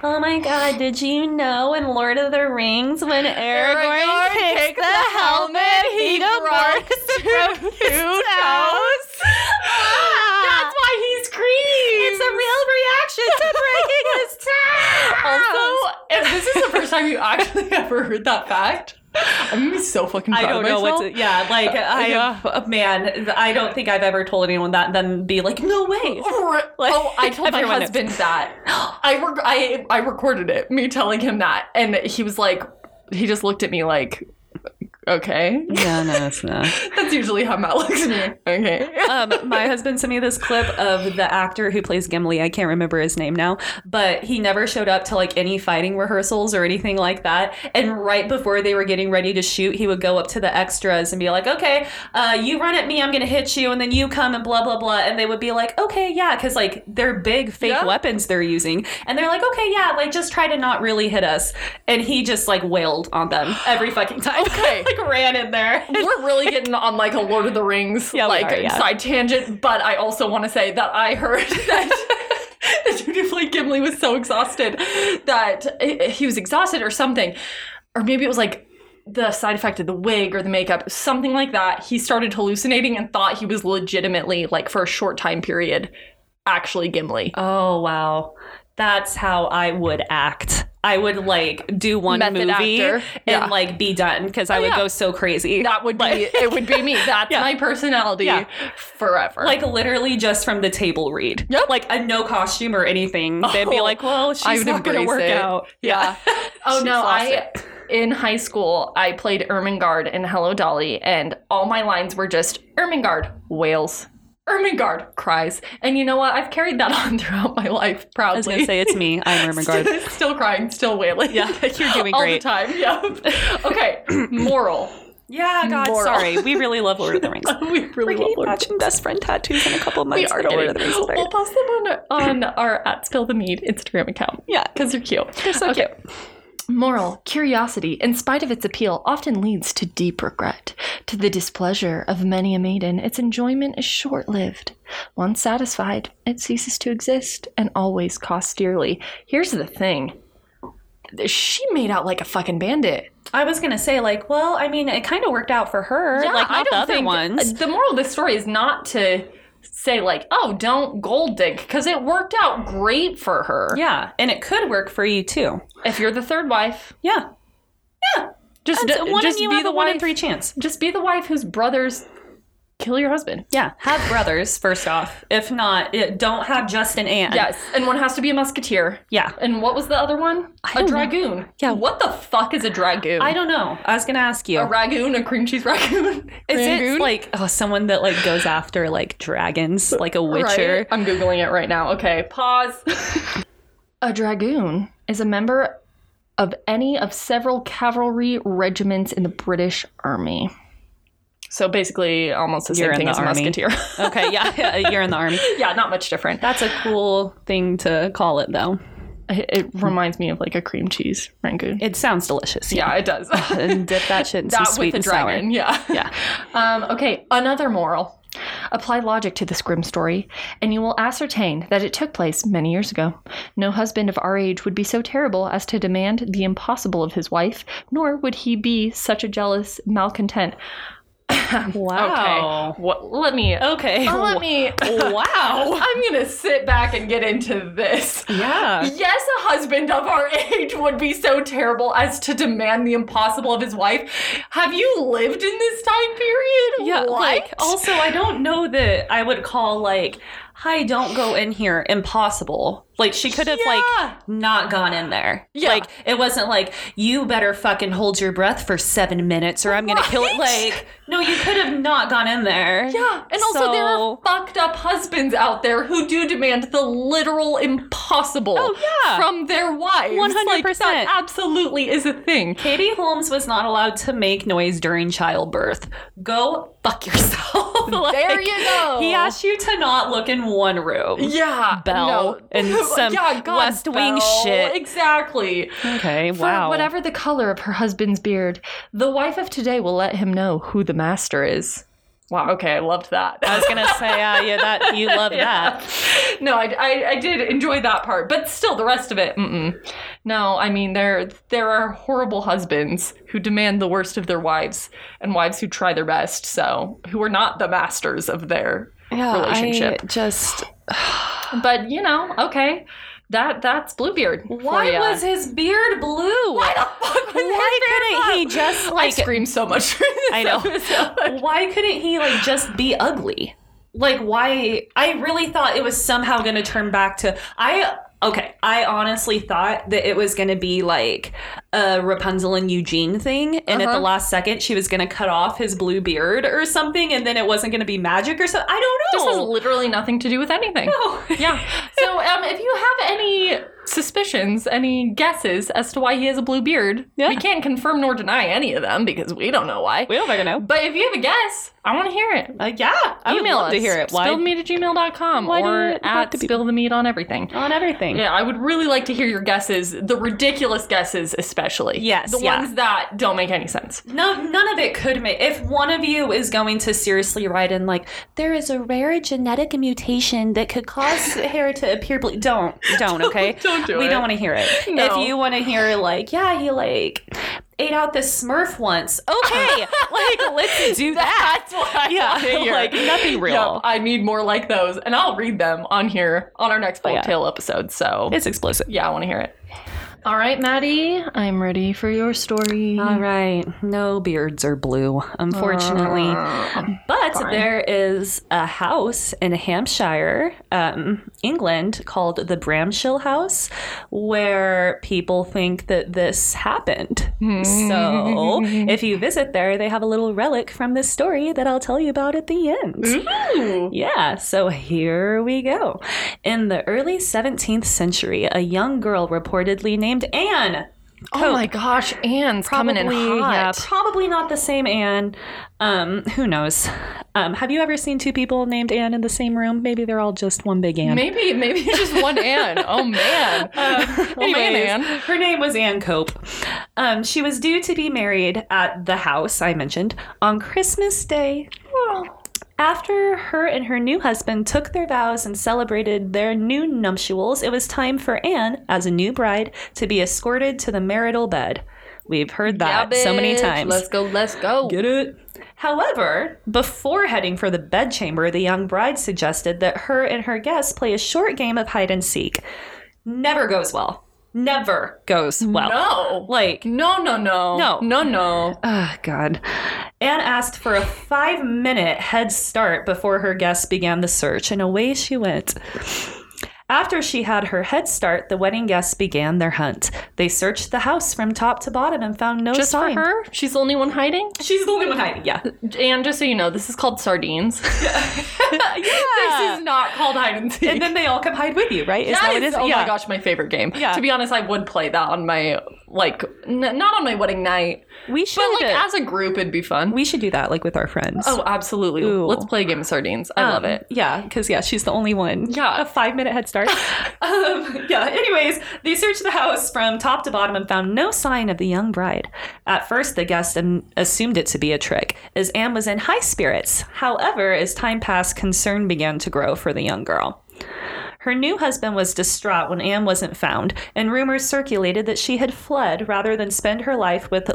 Speaker 2: Oh my god, did you know in Lord of the Rings when Aragorn takes the helmet, he broke
Speaker 1: broke two toes. That's why he screams.
Speaker 2: It's a real reaction to breaking his toe!
Speaker 1: also, if this is the first time you actually ever heard that fact, I'm gonna be so fucking proud
Speaker 2: I don't
Speaker 1: of
Speaker 2: know
Speaker 1: myself.
Speaker 2: what to, yeah, like, I, uh, man, I don't think I've ever told anyone that and then be like, no way.
Speaker 1: oh, I told my
Speaker 2: Everyone knows.
Speaker 1: husband that. I rec- I I recorded it, me telling him that, and he was like, he just looked at me like, okay.
Speaker 2: Yeah, no, it's not.
Speaker 1: That's usually how Matt looks at me. Okay.
Speaker 2: um, my husband sent me this clip of the actor who plays Gimli. I can't remember his name now, but he never showed up to like any fighting rehearsals or anything like that. And right before they were getting ready to shoot, he would go up to the extras and be like, "Okay, uh, you run at me, I'm gonna hit you, and then you come and blah blah blah." And they would be like, "Okay, yeah," because like they're big fake
Speaker 1: Yeah.
Speaker 2: weapons they're using, and they're like, "Okay, yeah, like just try to not really hit us." And he just like wailed on them every fucking time.
Speaker 1: Okay.
Speaker 2: like ran in there.
Speaker 1: We're really getting on like a Lord of the Rings
Speaker 2: Yeah, we
Speaker 1: like
Speaker 2: are, yeah.
Speaker 1: side tangent, but I also want to say that I heard that the dude who played Gimli was so exhausted that he- he was exhausted or something, or maybe it was like the side effect of the wig or the makeup, something like that. He started hallucinating and thought he was legitimately like for a short time period actually Gimli.
Speaker 2: Oh wow. That's how I would act. I would like do one
Speaker 1: Method
Speaker 2: movie
Speaker 1: actor. Yeah. Oh,
Speaker 2: and like be done because I would
Speaker 1: yeah.
Speaker 2: go so crazy.
Speaker 1: That would be it. Would be me. That's
Speaker 2: Yeah.
Speaker 1: my personality
Speaker 2: Yeah.
Speaker 1: forever.
Speaker 2: like literally just from the table read.
Speaker 1: Yep.
Speaker 2: Like a no costume or anything. They'd be
Speaker 1: Oh,
Speaker 2: like, "Well,
Speaker 1: I
Speaker 2: she's
Speaker 1: would
Speaker 2: not gonna
Speaker 1: embrace
Speaker 2: work
Speaker 1: it.
Speaker 2: out."
Speaker 1: Yeah. Oh
Speaker 2: She's
Speaker 1: no,
Speaker 2: lost
Speaker 1: I in high school I played Ermengarde in Hello Dolly and all my lines were just Ermengarde wails. Ermengarde cries. And you know what? I've carried that on throughout my life proudly.
Speaker 2: I was gonna say it's me. I'm Irma Gard.
Speaker 1: still, still crying, still wailing.
Speaker 2: Yeah, you're doing
Speaker 1: all
Speaker 2: great.
Speaker 1: the time. Yeah. Okay. Moral.
Speaker 2: Yeah, God,
Speaker 1: Moral.
Speaker 2: sorry. We really love Lord of the Rings.
Speaker 1: We really
Speaker 2: We're
Speaker 1: love
Speaker 2: getting
Speaker 1: Lord of the
Speaker 2: matching best friend tattoos in a couple months.
Speaker 1: We are
Speaker 2: We're getting
Speaker 1: kidding.
Speaker 2: Lord of the Rings alert.
Speaker 1: We'll post them on, on our at Spill the Mead Instagram account.
Speaker 2: Yeah.
Speaker 1: because you're cute. They're so cute. Moral curiosity, in spite of its appeal, often leads to deep regret. To the displeasure of many a maiden, its enjoyment is short lived. Once satisfied, it ceases to exist and always costs dearly. Here's the thing she made out like a fucking bandit.
Speaker 2: I was gonna say like, well, I mean, it kind of worked out for her. like not the other ones.
Speaker 1: The moral of the story is not to say, like, oh, don't gold dig, because it worked out great for her.
Speaker 2: Yeah, and it could work for you too.
Speaker 1: If you're the third wife,
Speaker 2: Yeah. Yeah.
Speaker 1: Just,
Speaker 2: That's one
Speaker 1: just
Speaker 2: in you
Speaker 1: be
Speaker 2: have
Speaker 1: the
Speaker 2: a one
Speaker 1: wife.
Speaker 2: in three chance.
Speaker 1: Just be the wife whose brothers kill your husband.
Speaker 2: Yeah, have brothers first off. If not, it, don't have just an aunt.
Speaker 1: Yes, and one has to be a musketeer.
Speaker 2: yeah.
Speaker 1: And what was the other one? A
Speaker 2: don't know.
Speaker 1: dragoon.
Speaker 2: Yeah.
Speaker 1: What the fuck is a dragoon?
Speaker 2: I don't know. I was gonna ask you.
Speaker 1: a ragoon, a cream cheese ragoon.
Speaker 2: Is
Speaker 1: Rangoon?
Speaker 2: it like oh, someone that like goes after like dragons, like a witcher?
Speaker 1: Right? I'm googling it right now. Okay, pause. a dragoon is a member of any of several cavalry regiments in the British Army. So basically, almost the
Speaker 2: You're
Speaker 1: same
Speaker 2: in
Speaker 1: thing
Speaker 2: the
Speaker 1: as a
Speaker 2: army.
Speaker 1: musketeer.
Speaker 2: Okay, yeah, you're in the army.
Speaker 1: yeah, not much different.
Speaker 2: That's a cool thing to call it, though.
Speaker 1: It, it reminds me of like a cream cheese rangoon.
Speaker 2: It sounds delicious.
Speaker 1: yeah, it does.
Speaker 2: and dip that shit in some
Speaker 1: that
Speaker 2: sweet
Speaker 1: with a
Speaker 2: and sour.
Speaker 1: dragon. Yeah.
Speaker 2: Yeah.
Speaker 1: Um, okay, another moral. Apply logic to this grim story, and you will ascertain that it took place many years ago. No husband of our age would be so terrible as to demand the impossible of his wife, nor would he be such a jealous malcontent.
Speaker 2: Wow.
Speaker 1: Okay, what, let me.
Speaker 2: Okay.
Speaker 1: Let me.
Speaker 2: oh. wow.
Speaker 1: I'm gonna sit back and get into this.
Speaker 2: Yeah.
Speaker 1: Yes, a husband of our age would be so terrible as to demand the impossible of his wife. Have you lived in this time period?
Speaker 2: Yeah.
Speaker 1: What?
Speaker 2: Like, oh, also, I don't know that I would call like, "Hi, don't go in here," impossible. Like, she could have
Speaker 1: Yeah.
Speaker 2: like not gone in there.
Speaker 1: Yeah.
Speaker 2: Like, it wasn't like you better fucking hold your breath for seven minutes or I'm gonna kill it.
Speaker 1: Right.
Speaker 2: Like, no, you could have not gone in there.
Speaker 1: yeah, and also there are
Speaker 2: So-
Speaker 1: fucked up husbands out there who do demand the literal impossible
Speaker 2: Oh, yeah.
Speaker 1: from their wives. Like, that
Speaker 2: 100%.
Speaker 1: absolutely is a thing.
Speaker 2: Katie Holmes was not allowed to make noise during childbirth. Go fuck yourself. Like,
Speaker 1: There you go.
Speaker 2: He asked you to not look in one room.
Speaker 1: Yeah,
Speaker 2: Belle
Speaker 1: no.
Speaker 2: and some
Speaker 1: yeah, God,
Speaker 2: West Wing
Speaker 1: Belle.
Speaker 2: shit.
Speaker 1: Exactly.
Speaker 2: Okay,
Speaker 1: For whatever the color of her husband's beard, the wife of today will let him know who the master is. Wow, okay, I loved that.
Speaker 2: I was gonna say, uh, yeah, that you love that.
Speaker 1: no, I, I, I did enjoy that part, but still the rest of it, mm-mm. No, I mean there there are horrible husbands who demand the worst of their wives, and wives who try their best, so who are not the masters of their relationship.
Speaker 2: just
Speaker 1: But you know, okay, that that's Bluebeard. for
Speaker 2: why
Speaker 1: ya.
Speaker 2: was his beard blue?
Speaker 1: why the fuck was
Speaker 2: Why couldn't he just
Speaker 1: I
Speaker 2: like?
Speaker 1: screamed so much.
Speaker 2: I know. Why couldn't he like just be ugly? Like why? I really thought it was somehow gonna turn back to I. Okay, I honestly thought that it was gonna be like a Rapunzel and Eugene thing, and at
Speaker 1: Uh-huh.
Speaker 2: the last second she was gonna cut off his blue beard or something, and then it wasn't gonna be magic or something. I
Speaker 1: This has
Speaker 2: don't know. Oh.
Speaker 1: literally nothing to do with anything.
Speaker 2: No.
Speaker 1: Yeah. So, um, if you have any suspicions, any guesses as to why he has a blue beard,
Speaker 2: Yeah.
Speaker 1: we can't confirm nor deny any of them because we don't know why.
Speaker 2: We don't fucking know.
Speaker 1: But if you have a guess, I want to hear it.
Speaker 2: Uh, yeah, I
Speaker 1: Email
Speaker 2: would love
Speaker 1: us
Speaker 2: to hear it. Why
Speaker 1: spillmeat at gmail.com
Speaker 2: Why did
Speaker 1: or
Speaker 2: it have
Speaker 1: at
Speaker 2: to be-
Speaker 1: spill the meat on everything.
Speaker 2: on everything?
Speaker 1: Yeah, I would really like to hear your guesses, the ridiculous guesses especially.
Speaker 2: Yes,
Speaker 1: The
Speaker 2: yeah.
Speaker 1: ones that don't make any sense.
Speaker 2: No, none of it could make. If one of you is going to seriously write in, like, there is a rare genetic mutation that could cause hair to appear blue. Don't, don't, okay?
Speaker 1: Don't do
Speaker 2: we
Speaker 1: it.
Speaker 2: don't want to hear it.
Speaker 1: No.
Speaker 2: If you want to hear, like, yeah, he like ate out the Smurf once. Okay, like let's do that.
Speaker 1: That's what I
Speaker 2: Yeah,
Speaker 1: want to hear.
Speaker 2: like nothing
Speaker 1: Yup,
Speaker 2: real.
Speaker 1: I need more like those, and I'll read them on here on our next
Speaker 2: Oh, yeah.
Speaker 1: folktale episode. So
Speaker 2: It's explosive.
Speaker 1: yeah, I want to hear it. All right, Maddie, Um, I'm ready for your story.
Speaker 2: All right, no beards are blue, unfortunately. But there is a house in Hampshire, um, England, called the Bramshill House, where people think that this happened. so if you visit there, they have a little relic from this story that I'll tell you about at the end.
Speaker 1: Ooh.
Speaker 2: Yeah, so here we go. In the early 17th century, a young girl reportedly named Anne
Speaker 1: Oh my gosh, Anne's coming in hot.
Speaker 2: yeah, probably not the same Anne. Um, who knows? Um, have you ever seen two people named Anne in the same room? Maybe they're all just one big Anne.
Speaker 1: Maybe, maybe just one Anne. Oh man. anyway,
Speaker 2: Anyways,
Speaker 1: Anne.
Speaker 2: her name was Anne Cope. Um, she was due to be married at the house I mentioned on Christmas Day. After her and her new husband took their vows and celebrated their new nuptials, it was time for Anne, as a new bride, to be escorted to the marital bed. We've heard that so many times.
Speaker 1: go. Let's go.
Speaker 2: Get it? However, before heading for the bedchamber, the young bride suggested that her and her guests play a short game of hide and seek. Never goes well. never goes well.
Speaker 1: No.
Speaker 2: Like,
Speaker 1: No, no, no.
Speaker 2: No.
Speaker 1: No, no.
Speaker 2: oh, God. Anne asked for a five minute head start before her guests began the search, and away she went. After she had her head start, the wedding guests began their hunt. They searched the house from top to bottom and found no
Speaker 1: Just
Speaker 2: sign.
Speaker 1: for her? She's the only one hiding?
Speaker 2: She's the only one hiding. Yeah.
Speaker 1: And just so you know, this is called sardines. this is not called hide and seek.
Speaker 2: and then they all come hide with you, right? Is
Speaker 1: That
Speaker 2: what
Speaker 1: is, oh my gosh, my favorite game.
Speaker 2: Yeah.
Speaker 1: To be honest, I would play that on my like n- not on my wedding night,
Speaker 2: We should.
Speaker 1: but like as a group, it'd be fun.
Speaker 2: we should do that, like with our friends.
Speaker 1: oh, absolutely.
Speaker 2: Ooh.
Speaker 1: Let's play a game of sardines. I love
Speaker 2: Um,
Speaker 1: it.
Speaker 2: Yeah, because yeah, she's the only one.
Speaker 1: Yeah.
Speaker 2: a five minute head start. um, yeah. Anyways, they searched the house from top to bottom and found no sign of the young bride. At first, the guests um, assumed it to be a trick, as Anne was in high spirits. However, as time passed, concern began to grow for the young girl. Her new husband was distraught when Anne wasn't found, and rumors circulated that she had fled rather than spend her life with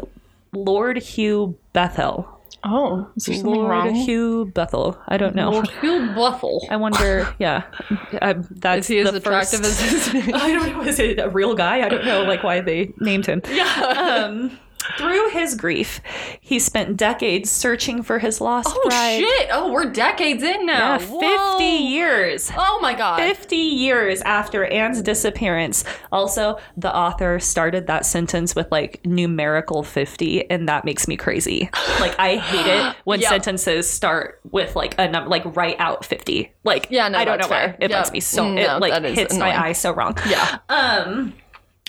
Speaker 2: Lord Hugh Bethel.
Speaker 1: Oh, is there something
Speaker 2: Lord
Speaker 1: wrong?
Speaker 2: Hugh Bethel. I don't know.
Speaker 1: Lord Hugh Bluffle.
Speaker 2: I wonder. Yeah, I,
Speaker 1: Is
Speaker 2: that's
Speaker 1: he as
Speaker 2: the
Speaker 1: attractive
Speaker 2: first-
Speaker 1: as his name?
Speaker 2: I don't know. Is it a real guy? I don't know. Like why they named him.
Speaker 1: yeah.
Speaker 2: Um, through his grief, he spent decades searching for his lost
Speaker 1: Oh
Speaker 2: bride.
Speaker 1: shit! Oh, we're decades in now.
Speaker 2: Yeah,
Speaker 1: Whoa.
Speaker 2: Fifty years.
Speaker 1: Oh my god.
Speaker 2: 50 years after Anne's disappearance. Also, the author started that sentence with like numerical 50, and that makes me crazy. Like, I hate it when
Speaker 1: Yeah.
Speaker 2: sentences start with like a number, like write out 50. Like,
Speaker 1: Yeah, no,
Speaker 2: I don't know
Speaker 1: that's
Speaker 2: why.
Speaker 1: fair.
Speaker 2: It
Speaker 1: Yeah.
Speaker 2: bugs me so,
Speaker 1: No,
Speaker 2: it like
Speaker 1: that is
Speaker 2: hits
Speaker 1: annoying.
Speaker 2: my eye so wrong.
Speaker 1: Yeah.
Speaker 2: Um,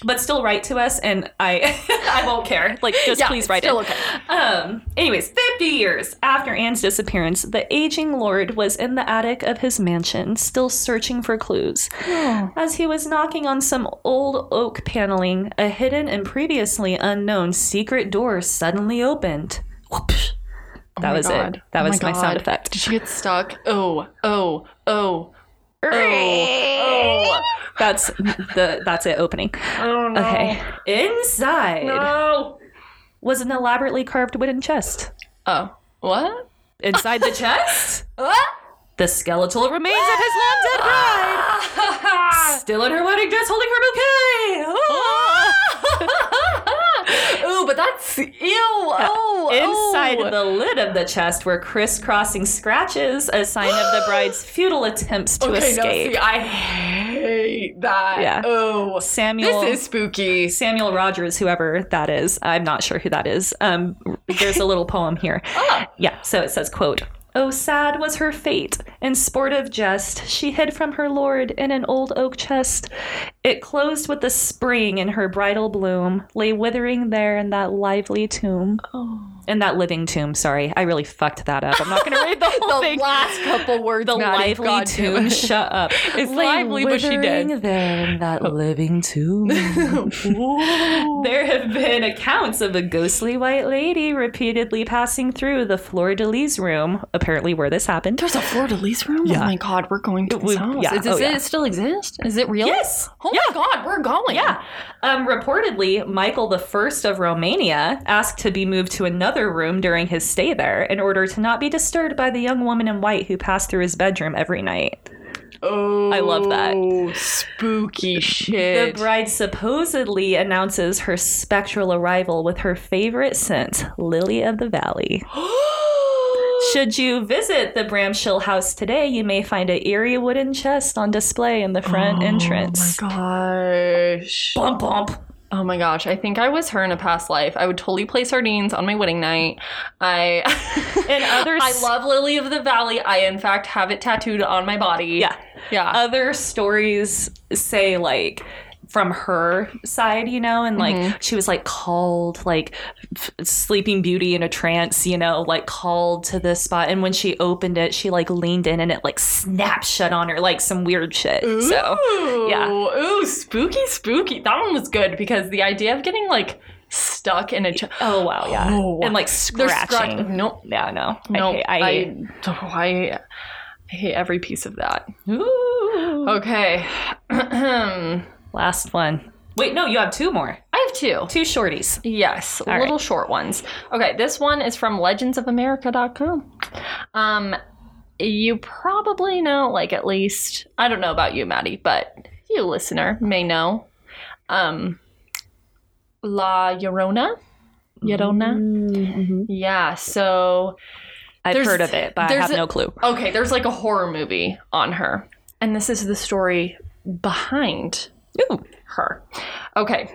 Speaker 2: but still write to us, and I, I won't care. Like, just
Speaker 1: Yeah,
Speaker 2: please
Speaker 1: it's
Speaker 2: write
Speaker 1: still
Speaker 2: it.
Speaker 1: okay.
Speaker 2: Um, anyways, 50 years after Anne's disappearance, the aging lord was in the attic of his mansion, still searching for clues.
Speaker 1: Oh.
Speaker 2: As he was knocking on some old oak paneling, a hidden and previously unknown secret door suddenly opened. Whoopsh. That
Speaker 1: my
Speaker 2: was
Speaker 1: God.
Speaker 2: it. That
Speaker 1: Oh
Speaker 2: was my, sound
Speaker 1: God.
Speaker 2: effect.
Speaker 1: Did she get stuck? Oh, oh, oh, oh,
Speaker 2: That's the that's it opening.
Speaker 1: oh no.
Speaker 2: Okay. Inside
Speaker 1: No.
Speaker 2: was an elaborately carved wooden chest.
Speaker 1: Oh, what?
Speaker 2: Inside the chest,
Speaker 1: Ah!
Speaker 2: the skeletal remains of his long dead bride. Still in her wedding dress holding her bouquet. Oh.
Speaker 1: Ooh, but that's ew. Oh,
Speaker 2: Inside
Speaker 1: oh.
Speaker 2: the lid of the chest were crisscrossing scratches, a sign of the bride's futile attempts to
Speaker 1: okay,
Speaker 2: escape.
Speaker 1: No, see, I hate that.
Speaker 2: Yeah.
Speaker 1: Oh,
Speaker 2: Samuel
Speaker 1: this is spooky.
Speaker 2: Samuel Rogers, whoever that is, I'm not sure who that is. Um, there's a little poem here.
Speaker 1: Ah.
Speaker 2: Yeah, so it says, quote, Oh, sad was her fate. In sportive jest, she hid from her lord in an old oak chest. It closed with the spring in her bridal bloom, lay withering there in that lively tomb. In that living tomb, sorry. I really fucked that up. I'm not going to read the whole
Speaker 1: The
Speaker 2: thing.
Speaker 1: last couple words.
Speaker 2: the
Speaker 1: Maddie,
Speaker 2: lively
Speaker 1: God damn
Speaker 2: tomb.
Speaker 1: it.
Speaker 2: Shut up. It's
Speaker 1: lively, but she Oh. dead.
Speaker 2: there in that living tomb. There have been accounts of a ghostly white lady repeatedly passing through the fleur de lis room, apparently where this happened.
Speaker 1: There's a Fleur de Lis room?
Speaker 2: Yeah.
Speaker 1: Oh my god, we're going to this
Speaker 2: would-
Speaker 1: house.
Speaker 2: yeah,
Speaker 1: Is this-
Speaker 2: oh yeah.
Speaker 1: Does it still exist? Is it real?
Speaker 2: Yes.
Speaker 1: Oh my god, we're going.
Speaker 2: Yeah. Um, reportedly, Michael the First of Romania asked to be moved to another room during his stay there in order to not be disturbed by the young woman in white who passed through his bedroom every night.
Speaker 1: Oh,
Speaker 2: I love that.
Speaker 1: Spooky
Speaker 2: The
Speaker 1: shit.
Speaker 2: bride supposedly announces her spectral arrival with her favorite scent, Lily of the Valley.
Speaker 1: Oh
Speaker 2: Should you visit the Bramshill house today, you may find an eerie wooden chest on display in the front entrance.
Speaker 1: Oh my gosh.
Speaker 2: Bump bump.
Speaker 1: Oh my gosh. I think I was her in a past life. I would totally play sardines on my wedding night. I
Speaker 2: And other
Speaker 1: I
Speaker 2: s-
Speaker 1: love Lily of the Valley. I in fact have it tattooed on my body.
Speaker 2: Yeah. Uh,
Speaker 1: Yeah.
Speaker 2: Other stories say like from her side, you know, and like
Speaker 1: Mm-hmm.
Speaker 2: she was like called like f- sleeping beauty in a trance, you know, like called to this spot and when she opened it, she like leaned in and it like snapped shut on her like some weird shit. So
Speaker 1: Ooh,
Speaker 2: yeah.
Speaker 1: Ooh, spooky, spooky. That one was good because the idea of getting like stuck in a ch-
Speaker 2: Oh wow, yeah.
Speaker 1: Oh.
Speaker 2: and like
Speaker 1: they're
Speaker 2: scratching. Mm-hmm.
Speaker 1: scratching. Nope.
Speaker 2: Yeah, no.
Speaker 1: Nope.
Speaker 2: I,
Speaker 1: I,
Speaker 2: I,
Speaker 1: oh, I, I hate every piece of that.
Speaker 2: Ooh.
Speaker 1: Okay. I
Speaker 2: Last one. Wait, no, you have two more.
Speaker 1: have two.
Speaker 2: Two shorties.
Speaker 1: Yes,
Speaker 2: right.
Speaker 1: little short ones. Okay, this one is from legendsofamerica.com. Um, you probably know, like at least, I don't know about you, Maddie, but you listener may know um, La Llorona. Llorona.
Speaker 2: Mm-hmm.
Speaker 1: Yeah. So
Speaker 2: I've
Speaker 1: Mm-hmm. There's-
Speaker 2: heard of it, but I
Speaker 1: there's
Speaker 2: have
Speaker 1: a-
Speaker 2: no clue.
Speaker 1: okay, there's like a horror movie on her, and this is the story behind
Speaker 2: Ooh.
Speaker 1: her. Okay.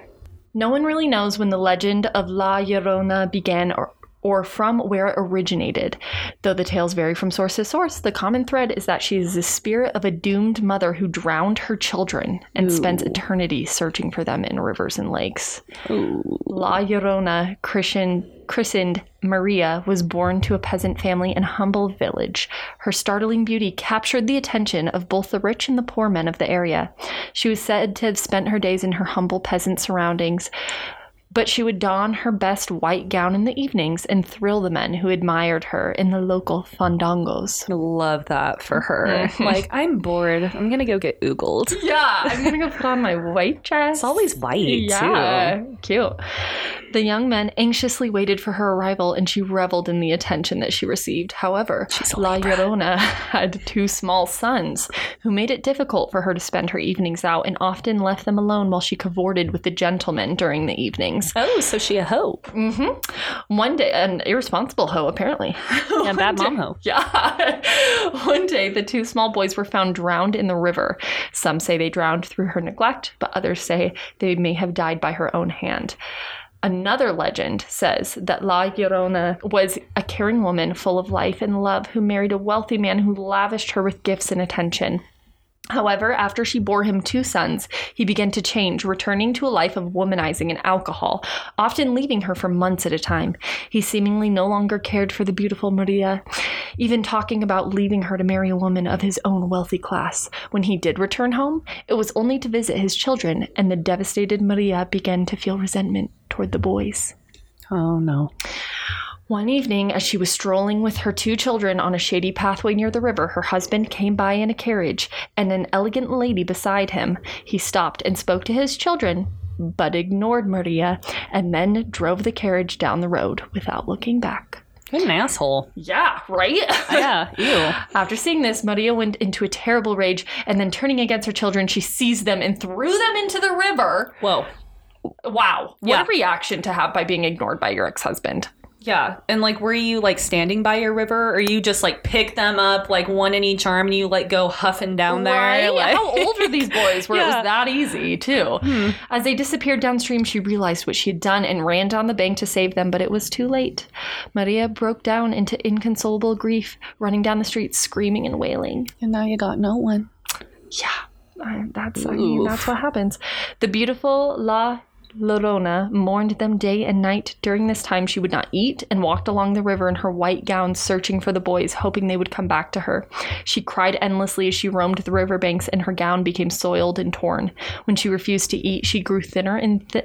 Speaker 1: No one really knows when the legend of La Llorona began or, or from where it originated. Though the tales vary from source to source, the common thread is that she is the spirit of a doomed mother who drowned her children and spent eternity searching for them in rivers and lakes. La Llorona, Christian, christened Maria, was born to a peasant family in a humble village. Her startling beauty captured the attention of both the rich and the poor men of the area. She was said to have spent her days in her humble peasant surroundings, but she would don her best white gown in the evenings and thrill the men who admired her in the local fandangos.
Speaker 2: Love that for her. like, I'm bored. I'm going to go get oogled. It's
Speaker 1: Yeah, I'm gonna go put on my white dress.
Speaker 2: always white,
Speaker 1: yeah,
Speaker 2: too.
Speaker 1: cute. The young men anxiously waited for her arrival, and she reveled in the attention that she received. However, La Llorona had two small sons who made it difficult for her to spend her evenings out and often left them alone while she cavorted with the gentlemen during the evenings.
Speaker 2: Oh, so she a hoe.
Speaker 1: One day, an irresponsible hoe, apparently.
Speaker 2: And bad mom hoe.
Speaker 1: Yeah. One day, the two small boys were found drowned in the river. Some say they drowned through her neglect, but others say they may have died by her own hand. Another legend says that La Llorona was a caring woman full of life and love who married a wealthy man who lavished her with gifts and attention. However, after she bore him two sons, he began to change, returning to a life of womanizing and alcohol, often leaving her for months at a time. He seemingly no longer cared for the beautiful Maria, even talking about leaving her to marry a woman of his own wealthy class. When he did return home, it was only to visit his children, and the devastated Maria began to feel resentment toward the boys.
Speaker 2: Oh, no.
Speaker 1: One evening, as she was strolling with her two children on a shady pathway near the river, her husband came by in a carriage and an elegant lady beside him. He stopped and spoke to his children, but ignored Maria and then drove the carriage down the road without looking back.
Speaker 2: What an asshole.
Speaker 1: Yeah, right?
Speaker 2: Yeah, ew.
Speaker 1: After seeing this, Maria went into a terrible rage and then turning against her children, she seized them and threw them into the river.
Speaker 2: Whoa.
Speaker 1: Wow, what
Speaker 2: Yeah.
Speaker 1: a reaction to have by being ignored by your ex husband.
Speaker 2: Yeah. And like, were you like standing by your river or you just like pick them up, like one in each arm and you like go huffing down there?
Speaker 1: Right?
Speaker 2: Like,
Speaker 1: How old were these boys where it
Speaker 2: Yeah. Hmm.
Speaker 1: was that easy, too? As they disappeared downstream, she realized what she had done and ran down the bank to save them, but it was too late. Maria broke down into inconsolable grief, running down the street screaming and wailing.
Speaker 2: And now you got no one.
Speaker 1: Yeah, I- that's I mean,
Speaker 2: Oof.
Speaker 1: that's what happens. The beautiful La Llorona mourned them day and night. During this time, she would not eat and walked along the river in her white gown, searching for the boys, hoping they would come back to her. She cried endlessly as she roamed the river banks, and her gown became soiled and torn. When she refused to eat, she grew thinner and thi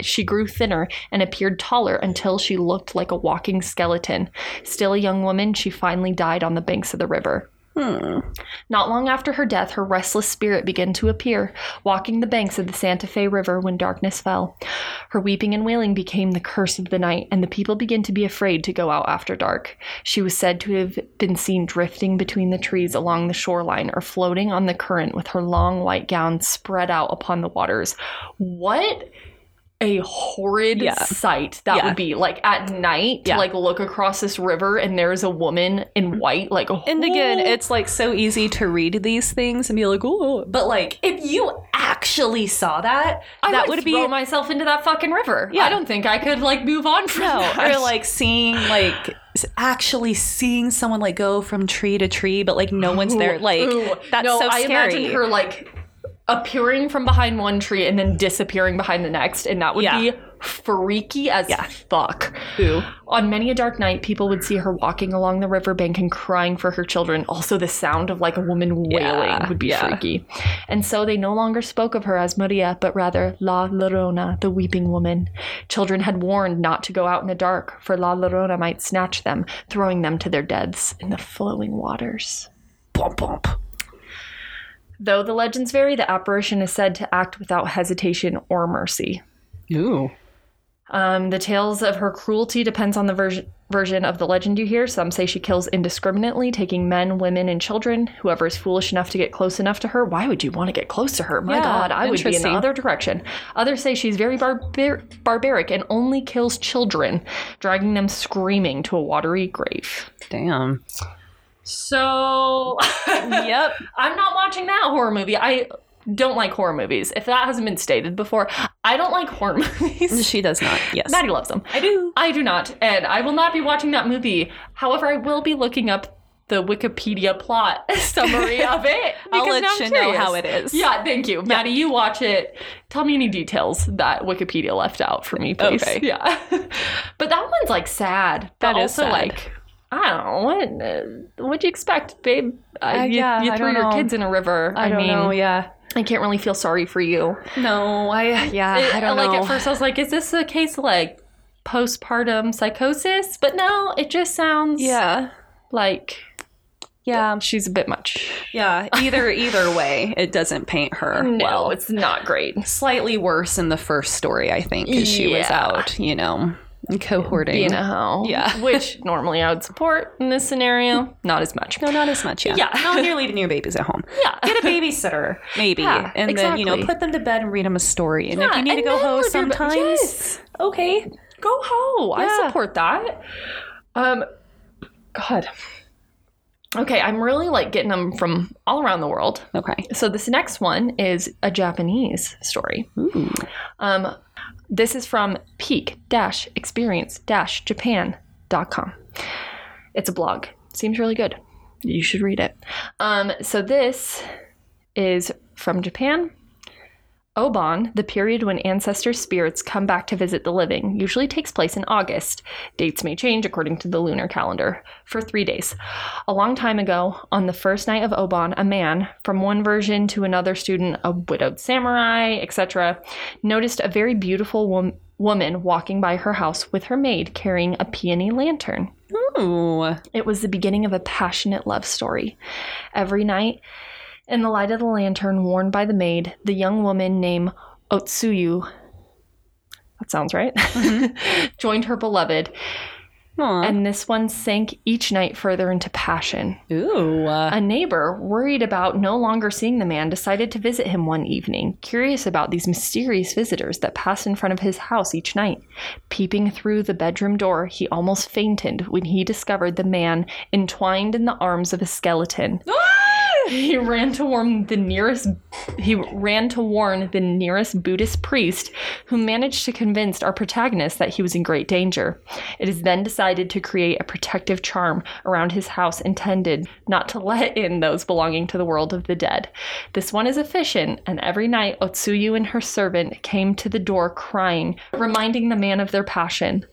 Speaker 1: She grew thinner and appeared taller until she looked like a walking skeleton. Still a young woman, she finally died on the banks of the river.
Speaker 2: Hmm.
Speaker 1: Not long after her death, her restless spirit began to appear, walking the banks of the Santa Fe River when darkness fell. Her weeping and wailing became the curse of the night, and the people began to be afraid to go out after dark. She was said to have been seen drifting between the trees along the shoreline or floating on the current with her long white gown spread out upon the waters. What? A horrid
Speaker 2: Yeah.
Speaker 1: sight that
Speaker 2: Yeah.
Speaker 1: would be like at night
Speaker 2: Yeah.
Speaker 1: to like look across this river and there is a woman in white like
Speaker 2: And again,
Speaker 1: it's.
Speaker 2: it's like so easy to read these things and be like, oh, but like if you actually saw that, that would, be
Speaker 1: throw myself into that fucking river.
Speaker 2: Yeah.
Speaker 1: I don't think I could like move on from
Speaker 2: no,
Speaker 1: that.
Speaker 2: or like seeing like s- actually seeing someone like go from tree to tree, but like no one's there. Like
Speaker 1: Ooh.
Speaker 2: that's
Speaker 1: no,
Speaker 2: so
Speaker 1: I
Speaker 2: scary.
Speaker 1: imagine her like appearing from behind one tree and then disappearing behind the next, and that would
Speaker 2: Yeah.
Speaker 1: be freaky as fuck.
Speaker 2: Ooh.
Speaker 1: On many a dark night, people would see her walking along the riverbank and crying for her children. Also, the sound of like a woman wailing
Speaker 2: Yeah,
Speaker 1: would be
Speaker 2: yeah.
Speaker 1: freaky. And so they no longer spoke of her as Maria, but rather La Llorona, the weeping woman. Children had warned not to go out in the dark, for La Llorona might snatch them, throwing them to their deaths in the flowing waters.
Speaker 2: Bump bump.
Speaker 1: Though the legends vary, the apparition is said to act without hesitation or mercy.
Speaker 2: Ooh.
Speaker 1: Um, the tales of her cruelty depends on the ver- version of the legend you hear. Some say she kills indiscriminately, taking men, women, and children. Whoever is foolish enough to get close enough to her. Why would you want to get close to her? My
Speaker 2: Yeah,
Speaker 1: God, I would be in the
Speaker 2: interesting.
Speaker 1: other direction. Others say she's very barbar- barbaric and only kills children, dragging them screaming to a watery grave.
Speaker 2: Damn.
Speaker 1: So
Speaker 2: yep.
Speaker 1: I'm not watching that horror movie. I don't like horror movies. If that hasn't been stated before, I don't like horror movies.
Speaker 2: She does not. Yes.
Speaker 1: Maddie loves them.
Speaker 2: I do.
Speaker 1: I do not, and I will not be watching that movie. However, I will be looking up the Wikipedia plot summary of it.
Speaker 2: I'll
Speaker 1: because
Speaker 2: let
Speaker 1: now I'm
Speaker 2: you know how
Speaker 1: curious.
Speaker 2: it is.
Speaker 1: Yeah, thank you. Maddie, you watch it. Tell me any details that Wikipedia left out for me, please.
Speaker 2: Okay.
Speaker 1: Yeah. but that one's like sad. But
Speaker 2: That is
Speaker 1: also
Speaker 2: sad.
Speaker 1: like I don't know. What, uh, what'd you expect, babe? Uh,
Speaker 2: Uh,
Speaker 1: you,
Speaker 2: yeah,
Speaker 1: you
Speaker 2: I
Speaker 1: threw
Speaker 2: don't
Speaker 1: your
Speaker 2: know.
Speaker 1: kids in a river.
Speaker 2: I, don't
Speaker 1: mean,
Speaker 2: know. Yeah.
Speaker 1: I can't really feel sorry for you.
Speaker 2: No. I. Yeah.
Speaker 1: It-
Speaker 2: I don't
Speaker 1: like
Speaker 2: know.
Speaker 1: at first I was like, is this a case of like postpartum psychosis? But no, it just sounds
Speaker 2: yeah.
Speaker 1: like
Speaker 2: Yeah.
Speaker 1: she's a bit much.
Speaker 2: Yeah. Either either way, it doesn't paint her well.
Speaker 1: it's not great.
Speaker 2: slightly worse in the first story, I think, 'cause she was
Speaker 1: Yeah.
Speaker 2: out, you know, cohorting.
Speaker 1: You know.
Speaker 2: Yeah.
Speaker 1: Which normally I would support in this scenario. Not as much.
Speaker 2: No, not as much. Yeah.
Speaker 1: Yeah.
Speaker 2: No, you're leaving your babies at home.
Speaker 1: Yeah.
Speaker 2: Get a babysitter, maybe,
Speaker 1: Yeah,
Speaker 2: and then you know
Speaker 1: exactly.
Speaker 2: put them to bed and read them a story. And if
Speaker 1: Yeah,
Speaker 2: you need to
Speaker 1: and
Speaker 2: go
Speaker 1: then
Speaker 2: home
Speaker 1: let your-
Speaker 2: sometimes,
Speaker 1: yes.
Speaker 2: okay.
Speaker 1: Go ho. I
Speaker 2: Yeah.
Speaker 1: support that. Um God. Okay, I'm really like getting them from all around the world.
Speaker 2: Okay.
Speaker 1: So this next one is a Japanese story.
Speaker 2: Ooh.
Speaker 1: Um, this is from peak-experience-japan.com. It's a blog. Seems really good. You should read it. Um, so this is from Japan. Obon, the period when ancestor spirits come back to visit the living, usually takes place in August. Dates may change according to the lunar calendar, for three days. A long time ago, on the first night of Obon, a man, from one version to another student, a widowed samurai, etc., noticed a very beautiful wom- woman walking by her house with her maid carrying a peony lantern.
Speaker 2: Ooh.
Speaker 1: It was the beginning of a passionate love story. Every night, in the light of the lantern worn by the maid, the young woman named Otsuyu, that sounds right, joined her beloved,
Speaker 2: Aw.
Speaker 1: and this one sank each night further into passion.
Speaker 2: Ooh.
Speaker 1: A neighbor, worried about no longer seeing the man, decided to visit him one evening, curious about these mysterious visitors that passed in front of his house each night. Peeping through the bedroom door, he almost fainted when he discovered the man entwined in the arms of a skeleton. He ran to warn the nearest he ran to warn the nearest Buddhist priest who managed to convince our protagonist that he was in great danger. It is then decided to create a protective charm around his house intended not to let in those belonging to the world of the dead. This one is efficient and every night Otsuyu and her servant came to the door crying, reminding the man of their passion.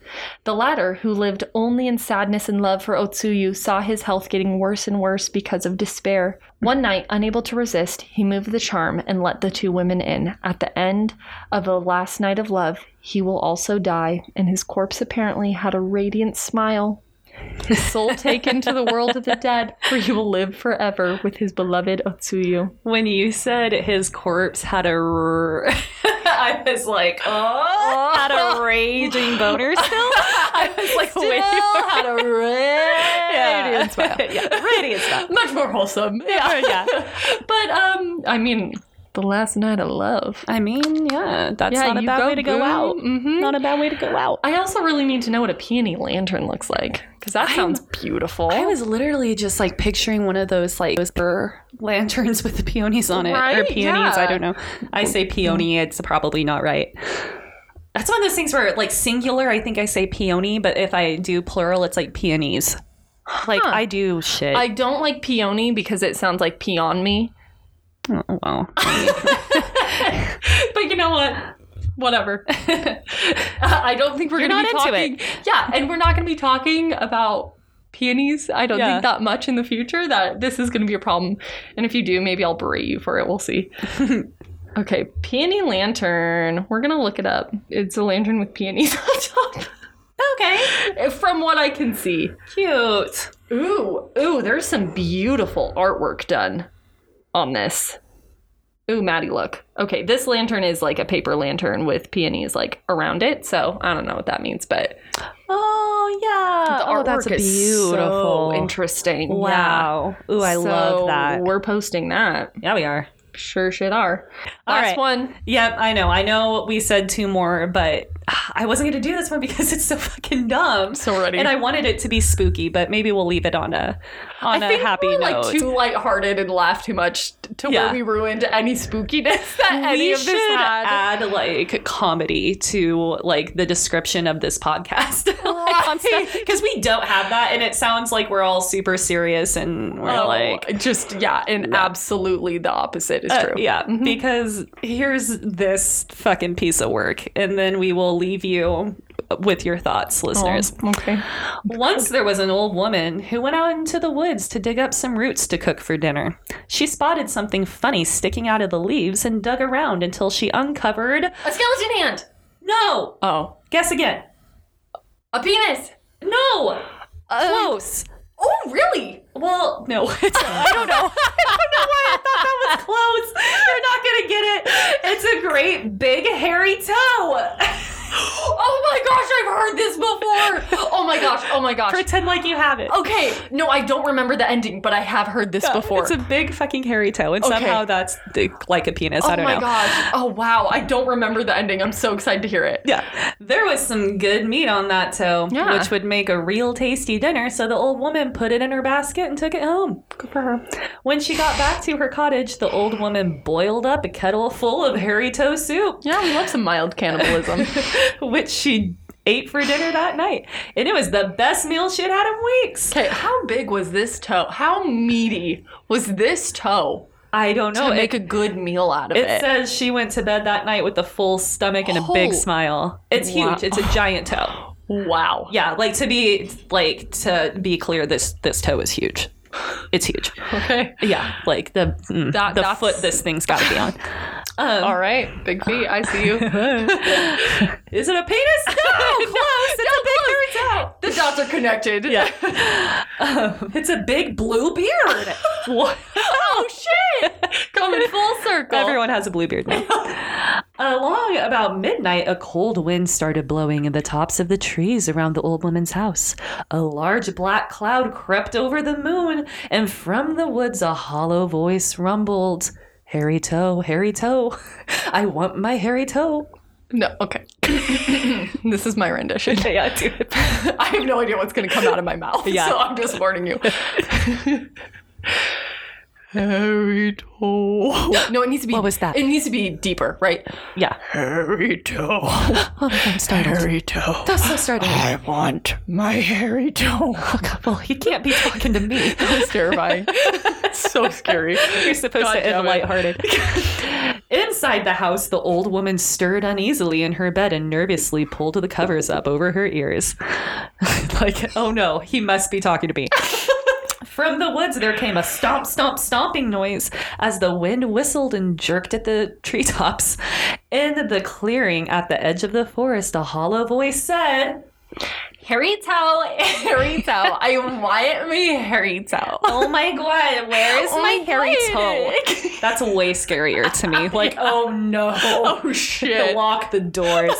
Speaker 1: The latter, who lived only in sadness and love for Otsuyu, saw his health getting worse and worse because of despair. One night, unable to resist, he moved the charm and let the two women in. At the end of the last night of love, he will also die, and his corpse apparently had a radiant smile. His soul taken to the world of the dead, where he will live forever with his beloved Otsuyu.
Speaker 2: when you said his corpse had a, r- I was like, oh, had a raging boner still. I was like, wait.
Speaker 1: had a radiant
Speaker 2: yeah, radiant smile.
Speaker 1: Much more wholesome.
Speaker 2: yeah.
Speaker 1: But um, I mean, the last night of love.
Speaker 2: I mean, yeah, that's not a bad way to go out.
Speaker 1: Mm-hmm.
Speaker 2: Not a bad way to go out.
Speaker 1: I also really need to know what a peony lantern looks like because that sounds beautiful.
Speaker 2: I was literally just like picturing one of those like those burr lanterns with the peonies on it, or
Speaker 1: Right?
Speaker 2: peonies. I
Speaker 1: Yeah.
Speaker 2: don't know. I say peony. It's probably not right. That's one of those things where like singular. I think I say peony, but if I do plural, it's like peonies. Like I do shit.
Speaker 1: I don't like peony because it sounds like pee on me.
Speaker 2: oh, well,
Speaker 1: But you know what? Whatever. I don't think we're
Speaker 2: You're
Speaker 1: going to be
Speaker 2: not
Speaker 1: talking.
Speaker 2: into
Speaker 1: Yeah, and we're not going to be talking about peonies. I don't
Speaker 2: Yeah.
Speaker 1: think that much in the future. That this is going to be a problem. And if you do, maybe I'll brave for it. We'll see. okay, peony lantern. We're going to look it up. It's a lantern with peonies on top.
Speaker 2: okay,
Speaker 1: From what I can see.
Speaker 2: cute.
Speaker 1: Ooh, ooh, there's some beautiful artwork done on this. Ooh, Maddie, look. Okay, this lantern is like a paper lantern with peonies like around it. So I don't know what that means, but
Speaker 2: Oh yeah.
Speaker 1: the
Speaker 2: oh,
Speaker 1: artwork
Speaker 2: that's
Speaker 1: is
Speaker 2: beautiful.
Speaker 1: so interesting. Yeah.
Speaker 2: wow. Ooh, I love
Speaker 1: So
Speaker 2: that.
Speaker 1: We're posting that.
Speaker 2: Yeah, we are.
Speaker 1: Sure, shit are.
Speaker 2: All
Speaker 1: Last
Speaker 2: right.
Speaker 1: one.
Speaker 2: Yep, I know. I know we said two more, but ah, I wasn't going to do this one because it's so fucking dumb.
Speaker 1: So ready.
Speaker 2: And I wanted it to be spooky, but maybe we'll leave it on a on
Speaker 1: I
Speaker 2: a
Speaker 1: think
Speaker 2: happy
Speaker 1: we were,
Speaker 2: note.
Speaker 1: like too lighthearted and laughed too much t- to
Speaker 2: Yeah.
Speaker 1: where we ruined any spookiness that any
Speaker 2: we
Speaker 1: of this
Speaker 2: should
Speaker 1: had.
Speaker 2: add like comedy to like the description of this podcast
Speaker 1: Right.
Speaker 2: because we don't have that and it sounds like we're all super serious and we're
Speaker 1: Oh,
Speaker 2: like
Speaker 1: just yeah, and absolutely the opposite is
Speaker 2: Uh,
Speaker 1: true. Mm-hmm.
Speaker 2: Yeah, because here's this fucking piece of work, and then we will leave you with your thoughts, listeners.
Speaker 1: okay.
Speaker 2: Once there was an old woman who went out into the woods to dig up some roots to cook for dinner. She spotted something funny sticking out of the leaves and dug around until she uncovered.
Speaker 1: A skeleton hand.
Speaker 2: No!
Speaker 1: Oh,
Speaker 2: Guess again.
Speaker 1: a penis.
Speaker 2: No! Close.
Speaker 1: Oh, really?
Speaker 2: Well, no. I don't know. I don't know why I thought that was close. You're not going to get it. It's a great big hairy toe.
Speaker 1: Oh my gosh, I've heard this before. Oh my gosh. Oh my gosh.
Speaker 2: Pretend like you have it.
Speaker 1: okay. No, I don't remember the ending, but I have heard this Oh, before.
Speaker 2: It's a big fucking hairy toe, and somehow that's the- like a penis.
Speaker 1: oh
Speaker 2: I don't
Speaker 1: my
Speaker 2: know.
Speaker 1: gosh. Oh wow. I don't remember the ending. I'm so excited to hear it.
Speaker 2: Yeah, there was some good meat on that toe,
Speaker 1: Yeah.
Speaker 2: which would make a real tasty dinner. So the old woman put it in her basket and took it home. Good for her. When she got back to her cottage, the old woman boiled up a kettle full of hairy toe soup,
Speaker 1: Yeah, we love some mild cannibalism.
Speaker 2: which she ate for dinner that night, and it was the best meal she'd had in weeks.
Speaker 1: okay, how big was this toe? How meaty was this toe
Speaker 2: I don't
Speaker 1: to
Speaker 2: know.
Speaker 1: make a good meal out of
Speaker 2: It
Speaker 1: it?
Speaker 2: says she went to bed that night with a full stomach and a
Speaker 1: Oh.
Speaker 2: big smile. It's
Speaker 1: Wow.
Speaker 2: huge. It's a giant toe.
Speaker 1: wow.
Speaker 2: Yeah, like to be like to be clear, this this toe is huge. It's huge.
Speaker 1: Okay.
Speaker 2: Yeah, like the mm,
Speaker 1: That-
Speaker 2: the
Speaker 1: that's-
Speaker 2: foot this thing's got to be on. Um,
Speaker 1: All right, big feet. I see you.
Speaker 2: is it a penis? No, close. It's a
Speaker 1: the dots are connected.
Speaker 2: big hairy toe. Yeah, um, it's a big blue beard. what?
Speaker 1: Oh shit! Coming full circle.
Speaker 2: Everyone has a blue beard now. Along about midnight, a cold wind started blowing in the tops of the trees around the old woman's house. A large black cloud crept over the moon, and from the woods a hollow voice rumbled, Hairy toe, hairy toe, I want my hairy toe.
Speaker 1: No. Okay. this is my rendition.
Speaker 2: Yeah, dude.
Speaker 1: I have no idea what's going to come out of my mouth.
Speaker 2: Yeah.
Speaker 1: So I'm just warning you. Harry toe. No, it needs to be.
Speaker 2: What was that?
Speaker 1: It needs to be deeper, right?
Speaker 2: Yeah.
Speaker 3: Harry toe,
Speaker 2: I'm startled.
Speaker 3: Harry toe.
Speaker 2: I'm so startled.
Speaker 3: I want my hairy toe.
Speaker 2: Well, you can't be talking to me.
Speaker 1: It's terrifying. so scary.
Speaker 2: You're supposed
Speaker 1: God
Speaker 2: to end
Speaker 1: damn it.
Speaker 2: lighthearted. Inside the house, the old woman stirred uneasily in her bed and nervously pulled the covers up over her ears. like, oh no, he must be talking to me. From the woods, there came a stomp, stomp, stomping noise as the wind whistled and jerked at the treetops. In the clearing at the edge of the forest, a hollow voice said,
Speaker 1: Harry toe. Harry toe. I want me Harry toe.
Speaker 2: Oh my god, where is
Speaker 1: Oh
Speaker 2: my
Speaker 1: my
Speaker 2: hairy toe?
Speaker 1: God.
Speaker 2: That's way scarier to me. Like, oh no.
Speaker 1: Oh shit.
Speaker 2: Lock the doors.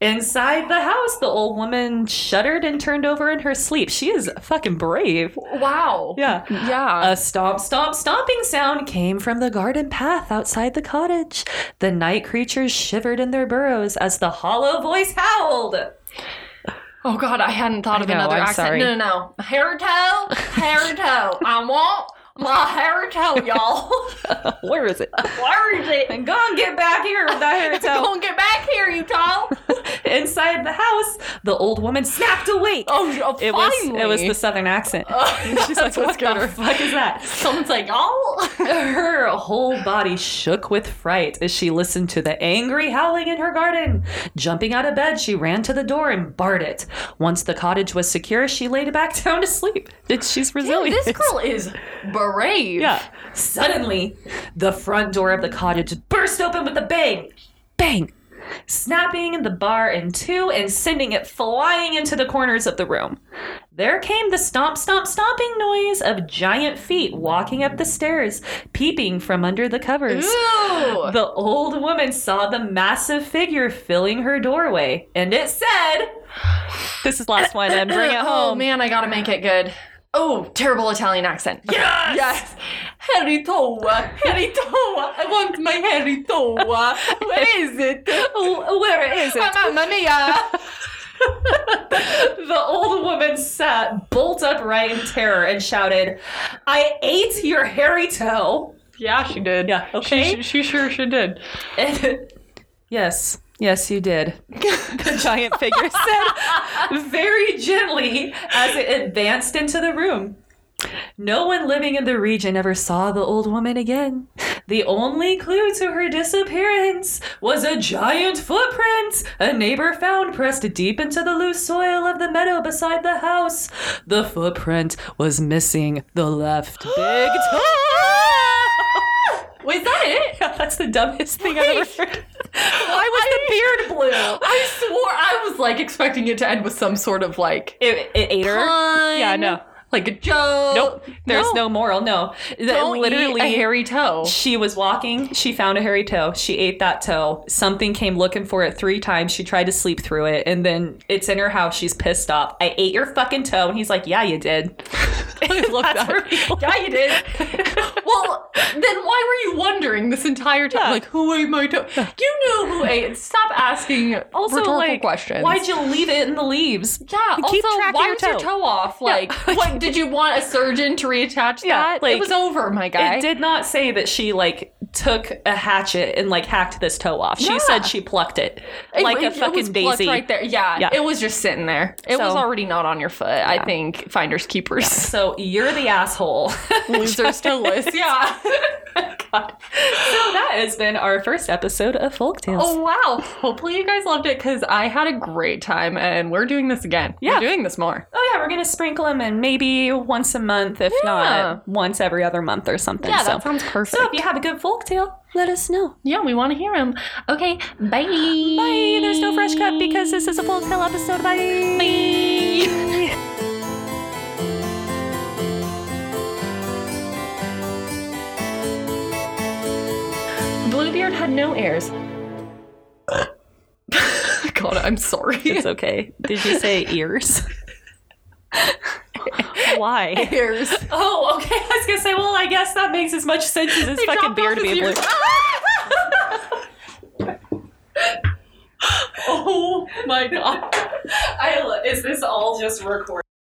Speaker 2: Inside the house, the old woman shuddered and turned over in her sleep. She is fucking brave.
Speaker 1: Wow.
Speaker 2: Yeah.
Speaker 1: Yeah.
Speaker 2: A stomp, stomp, stomping sound came from the garden path outside the cottage. The night creatures shivered in their burrows as the hollow voice howled.
Speaker 1: oh god, I hadn't thought of
Speaker 2: know,
Speaker 1: another
Speaker 2: I'm
Speaker 1: accent.
Speaker 2: sorry.
Speaker 1: No, no, no. Hair toe, hair toe. I want my hair toe, y'all.
Speaker 2: Where is it?
Speaker 1: Where is it?
Speaker 2: Go and get back here with that hair towel.
Speaker 1: Don't get back here, you toe.
Speaker 2: Inside the house, the old woman snapped awake.
Speaker 1: Oh, oh
Speaker 2: It was
Speaker 1: finally.
Speaker 2: it was the southern accent. She's like,
Speaker 1: that's
Speaker 2: what
Speaker 1: what's
Speaker 2: the
Speaker 1: good.
Speaker 2: fuck is that?
Speaker 1: Someone's like, y'all.
Speaker 2: Her whole body shook with fright as she listened to the angry howling in her garden. Jumping out of bed, she ran to the door and barred it. Once the cottage was secure, she laid back down to sleep. Did she's resilient?
Speaker 1: this girl is brave.
Speaker 2: Yeah. Suddenly, the front door of the cottage burst open with a bang. Bang. Snapping the bar in two and sending it flying into the corners of the room. There came the stomp, stomp, stomping noise of giant feet walking up the stairs, peeping from under the covers.
Speaker 1: Ooh.
Speaker 2: The old woman saw the massive figure filling her doorway, and it said, This is last one, and bring it
Speaker 1: Oh
Speaker 2: home.
Speaker 1: man, I gotta make it good. Oh, terrible Italian accent. Yes, yes. Harry uh, Toa, Harry Toa. I want my Harry Toa. Where is it?
Speaker 2: Oh, Where is it?
Speaker 1: Mamma mia.
Speaker 2: The old woman sat bolt upright in terror and shouted, I ate your hairy toe.
Speaker 1: Yeah, she did. Yeah,
Speaker 2: okay.
Speaker 1: She, she sure she did.
Speaker 2: And yes, yes, you did. The giant figure said very gently as it advanced into the room. No one living in the region ever saw the old woman again. The only clue to her disappearance was a giant footprint a neighbor found pressed deep into the loose soil of the meadow beside the house. The footprint was missing the left big toe.
Speaker 1: Was that it?
Speaker 2: Yeah, that's the dumbest thing I've ever heard. Why was the beard blue?
Speaker 1: I swore I was like expecting it to end with some sort of like
Speaker 2: It, it ate her.
Speaker 1: pun,
Speaker 2: Yeah, no.
Speaker 1: like a joke.
Speaker 2: Nope. There's no, moral. No. That
Speaker 1: Oh, Don't
Speaker 2: literally.
Speaker 1: eat a hairy toe.
Speaker 2: she was walking. She found a hairy toe. She ate that toe. Something came looking for it three times. She tried to sleep through it, and then it's in her house. She's pissed off. I ate your fucking toe, and he's like, "Yeah, you did."
Speaker 1: Look
Speaker 2: That's
Speaker 1: that-
Speaker 2: where people-
Speaker 1: Yeah, you did. well, then why were you wondering this entire time?
Speaker 2: Yeah.
Speaker 1: Like, who ate my toe? You know who ate. Stop asking
Speaker 2: Also,
Speaker 1: rhetorical
Speaker 2: like,
Speaker 1: questions.
Speaker 2: why'd you leave it in the leaves?
Speaker 1: Yeah.
Speaker 2: Keep
Speaker 1: also,
Speaker 2: track of
Speaker 1: why
Speaker 2: your
Speaker 1: was
Speaker 2: toe.
Speaker 1: your toe off? Like, what did you want a surgeon to reattach
Speaker 2: Yeah,
Speaker 1: that?
Speaker 2: like,
Speaker 1: it was over, my guy.
Speaker 2: It did not say that she like took a hatchet and like hacked this toe off. She
Speaker 1: Yeah.
Speaker 2: said she plucked it
Speaker 1: It-
Speaker 2: like
Speaker 1: it-
Speaker 2: a fucking
Speaker 1: it was plucked
Speaker 2: daisy.
Speaker 1: right there. Yeah,
Speaker 2: Yeah.
Speaker 1: It was just sitting there. It was
Speaker 2: So-
Speaker 1: already not on your foot. I think finders keepers.
Speaker 2: So you're the asshole.
Speaker 1: Losers to list. Yeah.
Speaker 2: God. So that has been our first episode of Folktales.
Speaker 1: Oh wow! Hopefully you guys loved it because I had a great time, and we're doing this again.
Speaker 2: Yeah.
Speaker 1: we're doing this more.
Speaker 2: Oh, yeah, we're gonna sprinkle them in maybe once a month, if
Speaker 1: Yeah.
Speaker 2: not once every other month or something.
Speaker 1: Yeah,
Speaker 2: so.
Speaker 1: that sounds perfect.
Speaker 2: so if you have a good folktale, let us know.
Speaker 1: yeah, we want to hear him. Okay, bye.
Speaker 2: Bye. There's no fresh cut because this is a folktale episode. Bye. Bye.
Speaker 1: Bluebeard had no ears. God, I'm sorry.
Speaker 2: It's okay. Did you say ears? Why?
Speaker 1: Ears.
Speaker 2: Oh, okay. I was gonna say, well, I guess that makes as much sense as his
Speaker 1: They
Speaker 2: fucking
Speaker 1: dropped
Speaker 2: beard
Speaker 1: off his
Speaker 2: being blue.
Speaker 1: ears. oh my god.
Speaker 2: is this all just recorded?